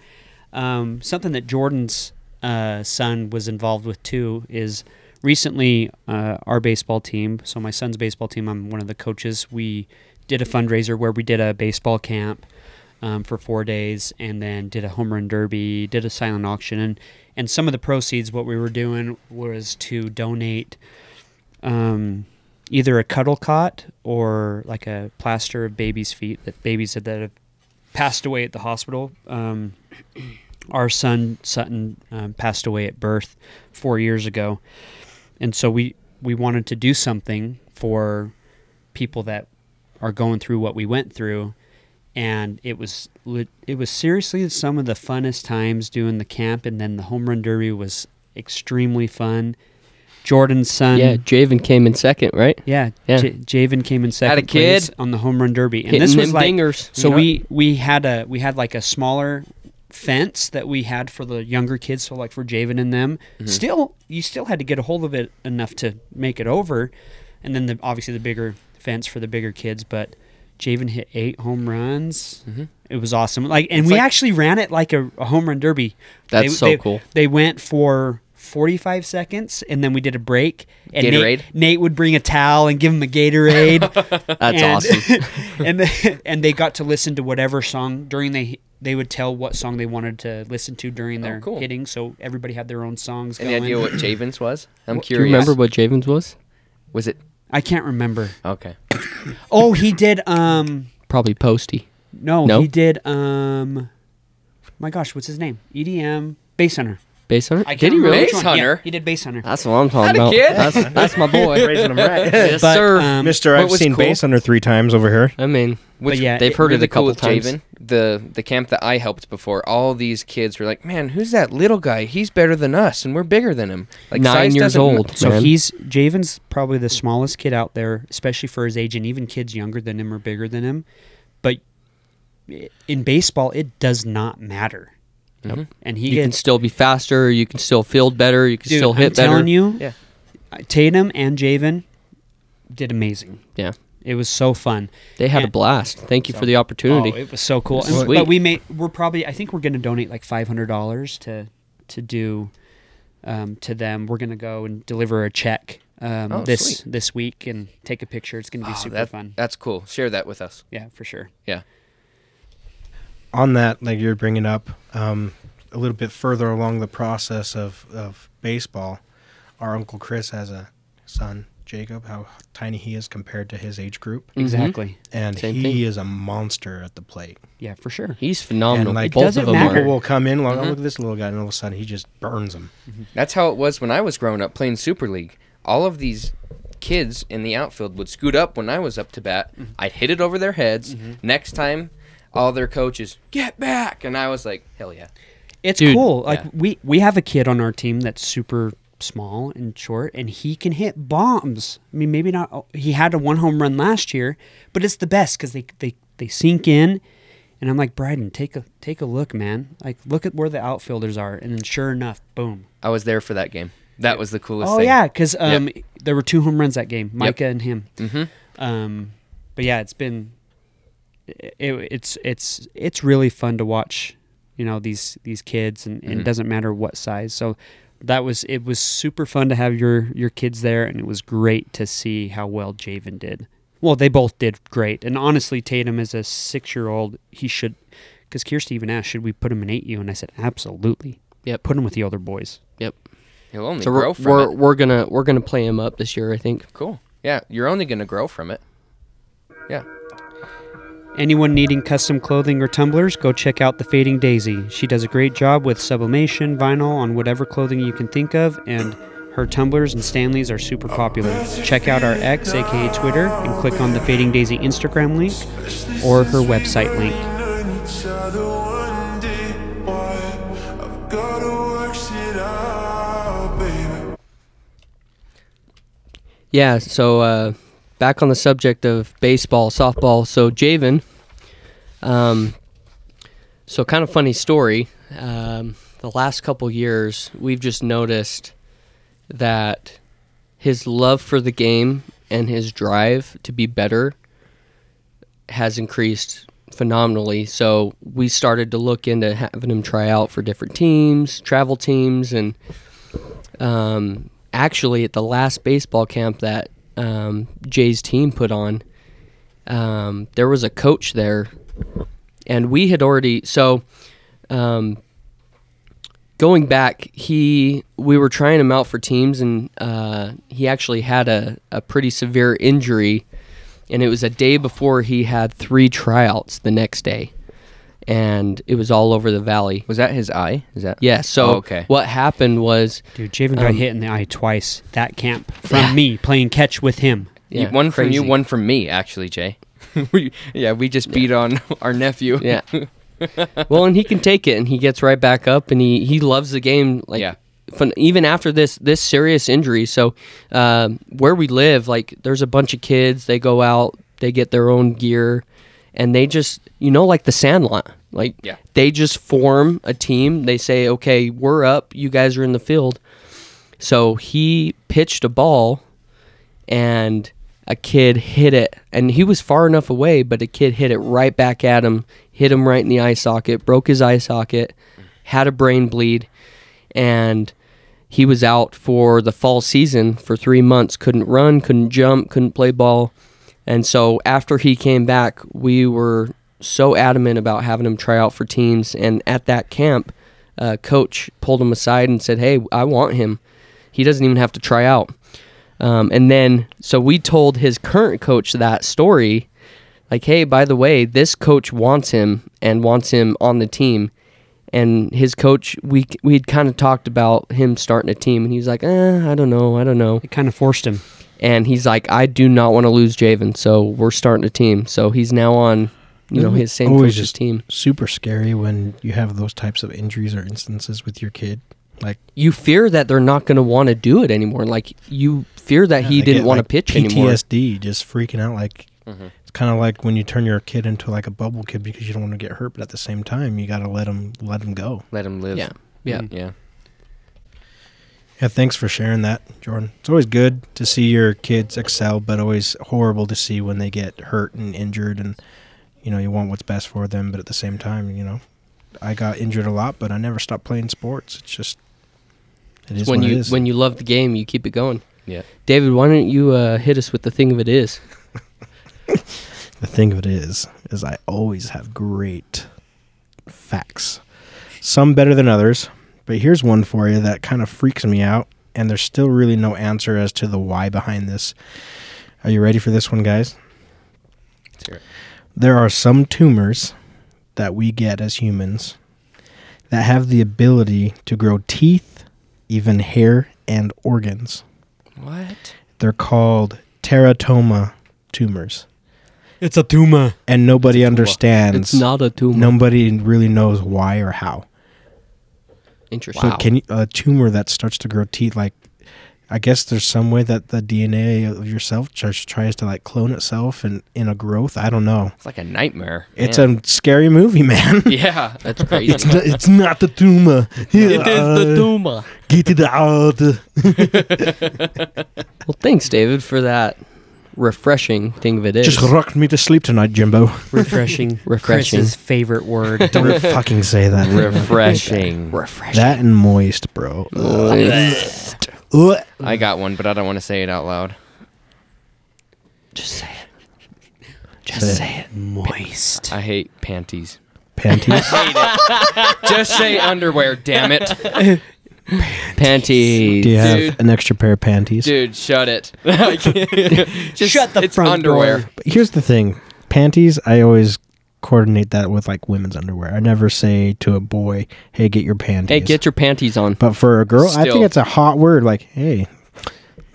Speaker 2: um, something that jordan's uh, son was involved with too is recently uh, our baseball team so my son's baseball team i'm one of the coaches we did a fundraiser where we did a baseball camp um, for four days and then did a home run derby, did a silent auction, and, and some of the proceeds, what we were doing was to donate um, either a cuddle cot or like a plaster of babies' feet that babies that have passed away at the hospital. Um, our son Sutton um, passed away at birth four years ago, and so we we wanted to do something for people that are going through what we went through and it was lit- it was seriously some of the funnest times doing the camp and then the home run derby was extremely fun jordan's son
Speaker 4: yeah, Javen came in second, right?
Speaker 2: yeah,
Speaker 4: Yeah.
Speaker 2: J- Javen came in second
Speaker 3: Had a
Speaker 2: place
Speaker 3: kid.
Speaker 2: on the home run derby, and
Speaker 4: Hitting
Speaker 2: this was
Speaker 4: them
Speaker 2: like
Speaker 4: dingers,
Speaker 2: so
Speaker 4: you know?
Speaker 2: we we had a we had like a smaller fence that we had for the younger kids, so like for Javen and them. Still, you still had to get a hold of it enough to make it over, and then the obviously the bigger fence for the bigger kids, but. Javen hit eight home runs. It was awesome. Like, and we
Speaker 3: like-
Speaker 2: actually ran it like a, a home run derby.
Speaker 4: That's so cool.
Speaker 2: They went for 45 seconds, and then we did a break. And
Speaker 3: Gatorade?
Speaker 2: Nate, Nate would bring a towel and give him a Gatorade.
Speaker 4: That's
Speaker 2: and,
Speaker 4: awesome.
Speaker 2: and they, and they got to listen to whatever song during they they would tell what song they wanted to listen to
Speaker 4: Oh,
Speaker 2: during their
Speaker 3: cool.
Speaker 2: hitting. So everybody had their own songs.
Speaker 3: Any
Speaker 2: going.
Speaker 3: idea what Javens was?
Speaker 4: Do
Speaker 3: I'm
Speaker 4: you
Speaker 3: curious.
Speaker 4: remember what Javens was?
Speaker 3: Was it?
Speaker 2: I can't remember.
Speaker 3: Okay.
Speaker 2: Oh, he did. Um,
Speaker 4: Probably Posty.
Speaker 2: no,
Speaker 4: No?
Speaker 2: he did. Um, my gosh, what's his name? EDM bass hunter.
Speaker 4: Bass hunter?
Speaker 2: I
Speaker 4: Did
Speaker 2: can't
Speaker 4: he
Speaker 2: remember
Speaker 4: really?
Speaker 2: which
Speaker 3: Bass
Speaker 2: one. Yeah,
Speaker 3: hunter?
Speaker 2: he did bass hunter.
Speaker 4: That's what I'm talking
Speaker 3: Atta
Speaker 4: about.
Speaker 3: kid.
Speaker 4: That's, that's my boy.
Speaker 1: Raising them right.
Speaker 4: yes,
Speaker 2: But,
Speaker 4: sir.
Speaker 2: um,
Speaker 1: Mister,
Speaker 3: What
Speaker 1: I've
Speaker 3: was
Speaker 1: seen
Speaker 3: cool-
Speaker 1: bass under three times over here.
Speaker 4: I mean,
Speaker 2: but yeah,
Speaker 4: they've
Speaker 2: it-
Speaker 4: heard it
Speaker 3: really
Speaker 4: a couple
Speaker 3: cool
Speaker 4: times.
Speaker 3: with Javen, the the camp that I helped before, all these kids were like, "Man, who's that little guy? He's better than us, and we're bigger than him." Like
Speaker 4: Nine
Speaker 3: size
Speaker 4: years
Speaker 3: doesn't ma-
Speaker 4: old.
Speaker 2: So
Speaker 4: man.
Speaker 2: he's Javen's probably the smallest kid out there, especially for his age, and even kids younger than him or bigger than him. But i- in baseball, it does not matter. And he
Speaker 4: You can
Speaker 2: gets
Speaker 4: still be faster. You can still field better. You can
Speaker 2: dude,
Speaker 4: still hit
Speaker 2: I'm
Speaker 4: better.
Speaker 2: telling you,
Speaker 3: Yeah.
Speaker 2: Tatum and Javen did amazing.
Speaker 4: Yeah.
Speaker 2: It was so fun.
Speaker 4: They had a
Speaker 2: And-
Speaker 4: blast. Thank you
Speaker 2: So-
Speaker 4: for the opportunity.
Speaker 2: Oh, it was so cool. And-
Speaker 4: Sweet.
Speaker 2: But we may we're probably I think we're going to donate like five hundred dollars to to do um, to them. We're going to go and deliver a check um,
Speaker 3: Oh,
Speaker 2: this
Speaker 3: sweet.
Speaker 2: this week and take a picture. It's going to be super
Speaker 3: that-
Speaker 2: Ah,
Speaker 3: Mm-hmm.
Speaker 2: fun.
Speaker 3: That's cool. Share that with us.
Speaker 2: yeah, for sure.
Speaker 3: Yeah.
Speaker 1: on that, like you're bringing up, um, a little bit further along the process of, of baseball, our uncle Chris has a son, Jacob. How tiny he is compared to his age group,
Speaker 2: Exactly.
Speaker 1: and
Speaker 4: Mm. Same
Speaker 1: he
Speaker 4: thing.
Speaker 1: is a monster at the plate.
Speaker 2: Yeah, for sure.
Speaker 4: He's phenomenal.
Speaker 1: And, like,
Speaker 4: Both
Speaker 2: doesn't
Speaker 4: of them
Speaker 2: matter.
Speaker 4: are. Mm-hmm.
Speaker 1: People will come in, like, oh look at this little guy, and all of a sudden he just burns them.
Speaker 3: That's how it was when I was growing up playing Super League. All of these kids in the outfield would scoot up when I was up to bat. I'd hit it over their heads. Next time, all their coaches, get back. And I was like, hell yeah.
Speaker 2: It's
Speaker 4: Dude,
Speaker 2: cool. Like
Speaker 3: yeah.
Speaker 2: we we have a kid on our team that's super small and short, and he can hit bombs. I mean, maybe not. oh, He had a one home run last year, but it's the best because they they they sink in. And I'm like, Bryden, take a take a look, man. Like, look at where the outfielders are, and then sure enough, boom.
Speaker 3: I was there for that game. That was the coolest
Speaker 2: Oh
Speaker 3: thing.
Speaker 2: yeah, because um, there were two home runs that game, Micah and him.
Speaker 3: Mhm.
Speaker 2: Um, but yeah, it's been it, it's it's it's really fun to watch. You know these these kids, and,
Speaker 3: Mm-hmm.
Speaker 2: and it doesn't matter what size. So that was it was super fun to have your your kids there, and it was great to see how well Javen did. Well, they both did great, and honestly, Tatum is a six year old. He should, because Kirsty even asked, should we put him in eight U? And I said, absolutely.
Speaker 4: Yep.
Speaker 2: Put him with the older boys.
Speaker 4: Yep.
Speaker 3: You'll only
Speaker 4: So
Speaker 3: grow
Speaker 4: we're
Speaker 3: from
Speaker 4: we're,
Speaker 3: it.
Speaker 4: we're gonna we're gonna play him up this year. I think.
Speaker 3: Cool. Yeah, you're only going to grow from it. Yeah.
Speaker 2: Anyone needing custom clothing or tumblers, go check out The Fading Daisy. She does a great job with sublimation, vinyl, on whatever clothing you can think of, and her tumblers and Stanleys are super popular. Check out our ex, aka Twitter, and click on The Fading Daisy Instagram link or her website link.
Speaker 4: Yeah. So uh, back on the subject of baseball, softball. So Javen, um, so kind of funny story. Um, the last couple years, we've just noticed that his love for the game and his drive to be better has increased phenomenally. So we started to look into having him try out for different teams, travel teams, and um, actually at the last baseball camp that um, Jay's team put on, um, there was a coach there, and we had already so. Um, going back, he we were trying him out for teams, and uh, he actually had a, a pretty severe injury, and it was a day before he had three tryouts the next day, and it was all over the valley.
Speaker 3: Was that his eye? Is that?
Speaker 4: Yeah. So
Speaker 3: Oh, okay.
Speaker 4: what happened was
Speaker 2: Dude, Javen
Speaker 4: Um,
Speaker 2: got hit in the eye twice that camp from me playing catch with him.
Speaker 3: You-
Speaker 4: yeah,
Speaker 3: one from you,
Speaker 4: crazy.
Speaker 3: one from me, actually, Jay. we, yeah, we just beat on our nephew.
Speaker 4: Yeah. well, and he can take it, and he gets right back up, and he he loves the game. Like,
Speaker 3: Yeah.
Speaker 4: fun, even after this this serious injury. So, um, where we live, like, there's a bunch of kids. They go out, they get their own gear, and they just, you know, like the Sandlot. Like,
Speaker 3: Yeah.
Speaker 4: they just form a team. They say, okay, we're up. You guys are in the field. So he pitched a ball and a kid hit it and he was far enough away but a kid hit it right back at him hit him right in the eye socket broke his eye socket had a brain bleed and he was out for the fall season for three months, couldn't run, couldn't jump, couldn't play ball. And so after he came back, we were so adamant about having him try out for teams. And at that camp, uh, coach pulled him aside and said, Hey, I want him. He doesn't even have to try out. Um, and then, so we told his current coach that story like, hey, by the way, this coach wants him and wants him on the team. And his coach, we we had kind of talked about him starting a team, and he was like, eh, I don't know, I don't know.
Speaker 2: It kind of forced him.
Speaker 4: And he's like, I do not want to lose Javen, so we're starting a team. So he's now on, you know, his same
Speaker 1: Always
Speaker 4: coach's
Speaker 1: just-
Speaker 4: team.
Speaker 1: Super scary when you have those types of injuries or instances with your kid. Like
Speaker 4: You fear that they're not going to want to do it anymore. Like you fear that
Speaker 1: I
Speaker 4: he didn't
Speaker 1: get,
Speaker 4: want
Speaker 1: like,
Speaker 4: to pitch anymore.
Speaker 1: PTSD, just freaking out. Like
Speaker 3: Mm-hmm.
Speaker 1: it's kind of like when you turn your kid into like a bubble kid because you don't want to get hurt, but at the same time, you got to let him let him go.
Speaker 3: Let him live.
Speaker 4: Yeah, yeah.
Speaker 3: Yeah.
Speaker 1: Yeah, thanks for sharing that, Jordan. It's always good to see your kids excel, but always horrible to see when they get hurt and injured. And you know, you want what's best for them, but at the same time, you know, I got injured a lot, but I never stopped playing sports. It's just it is
Speaker 4: When
Speaker 1: what it
Speaker 4: you
Speaker 1: is.
Speaker 4: when you love the game, you keep it going.
Speaker 3: Yeah.
Speaker 4: David, why don't you uh, hit us with the thing of it is?
Speaker 1: The thing of it is, is I always have great facts. Some better than others, but here's one for you that kind of freaks me out, and there's still really no answer as to the why behind this. Are you ready for this one, guys?
Speaker 3: Let's hear it.
Speaker 1: There are some tumors that we get as humans that have the ability to grow teeth, even hair, and organs.
Speaker 4: What?
Speaker 1: They're called teratoma tumors.
Speaker 2: It's a tumor.
Speaker 1: And nobody understands.
Speaker 4: It's not a tumor.
Speaker 1: Nobody really knows why or how.
Speaker 4: Interesting.
Speaker 1: So can you, a tumor that starts to grow teeth like I guess there's some way that the DNA of yourself just tries to like clone itself and in a growth. I don't know.
Speaker 3: It's like a nightmare.
Speaker 1: It's
Speaker 3: Man.
Speaker 1: a scary movie, man.
Speaker 3: yeah.
Speaker 4: That's crazy.
Speaker 1: it's, not, it's not the tumor. uh,
Speaker 4: tumor.
Speaker 1: Get it out.
Speaker 4: Well, thanks, David, for that refreshing thing of it is.
Speaker 1: Just rocked me to sleep tonight, Jimbo.
Speaker 2: Refreshing.
Speaker 4: Refreshing.
Speaker 2: Chris's favorite word.
Speaker 1: Don't fucking say that.
Speaker 3: Refreshing.
Speaker 4: refreshing.
Speaker 1: that and moist, bro. Ugh.
Speaker 3: I got one, but I don't want to say it out loud.
Speaker 4: Just say it. Just say it.
Speaker 2: Moist.
Speaker 3: I hate panties.
Speaker 1: Panties.
Speaker 3: Just say underwear, damn it.
Speaker 4: Panties.
Speaker 1: Do you have
Speaker 3: Dude.
Speaker 1: an extra pair of panties?
Speaker 3: Dude, shut it. I can't- Just,
Speaker 2: Shut the
Speaker 3: it's
Speaker 2: front
Speaker 3: underwear.
Speaker 2: door.
Speaker 1: But here's the thing panties i always coordinate that with like women's underwear i never say to a boy hey get your panties
Speaker 4: Hey, get your panties on.
Speaker 1: but for a girl i
Speaker 3: Still.
Speaker 1: think it's a hot word like hey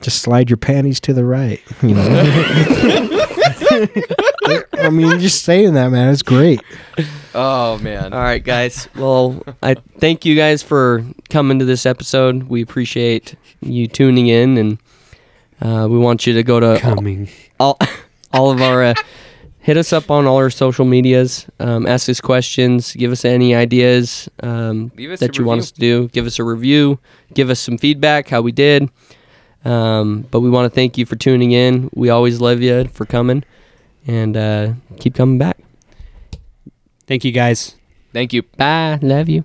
Speaker 1: just slide your panties to the right you know i mean just saying that man it's great
Speaker 3: Oh man.
Speaker 4: All right, guys. Well, I thank you guys for coming to this episode. We appreciate you tuning in, and uh, we want you to go to
Speaker 2: Coming.
Speaker 4: all, all of our uh, hit us up on all our social medias um, ask us questions give us any ideas um,
Speaker 3: Leave us a
Speaker 4: that you want
Speaker 3: review.
Speaker 4: us to do give us a review give us some feedback how we did um, but we want to thank you for tuning in we always love you for coming and uh, keep coming back
Speaker 2: Thank you guys.
Speaker 3: Thank you.
Speaker 4: bye love you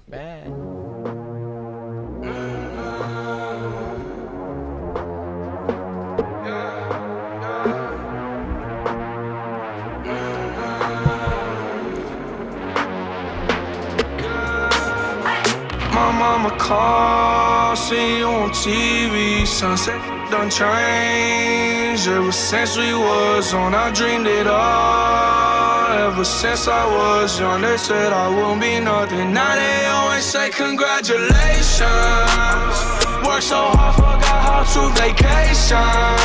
Speaker 6: My mama called, see you on TV. Sunset done changed ever since we was on. I dreamed it all ever since I was young. They said I won't be nothing. Now they always say congratulations. Worked so hard, forgot how to vacation.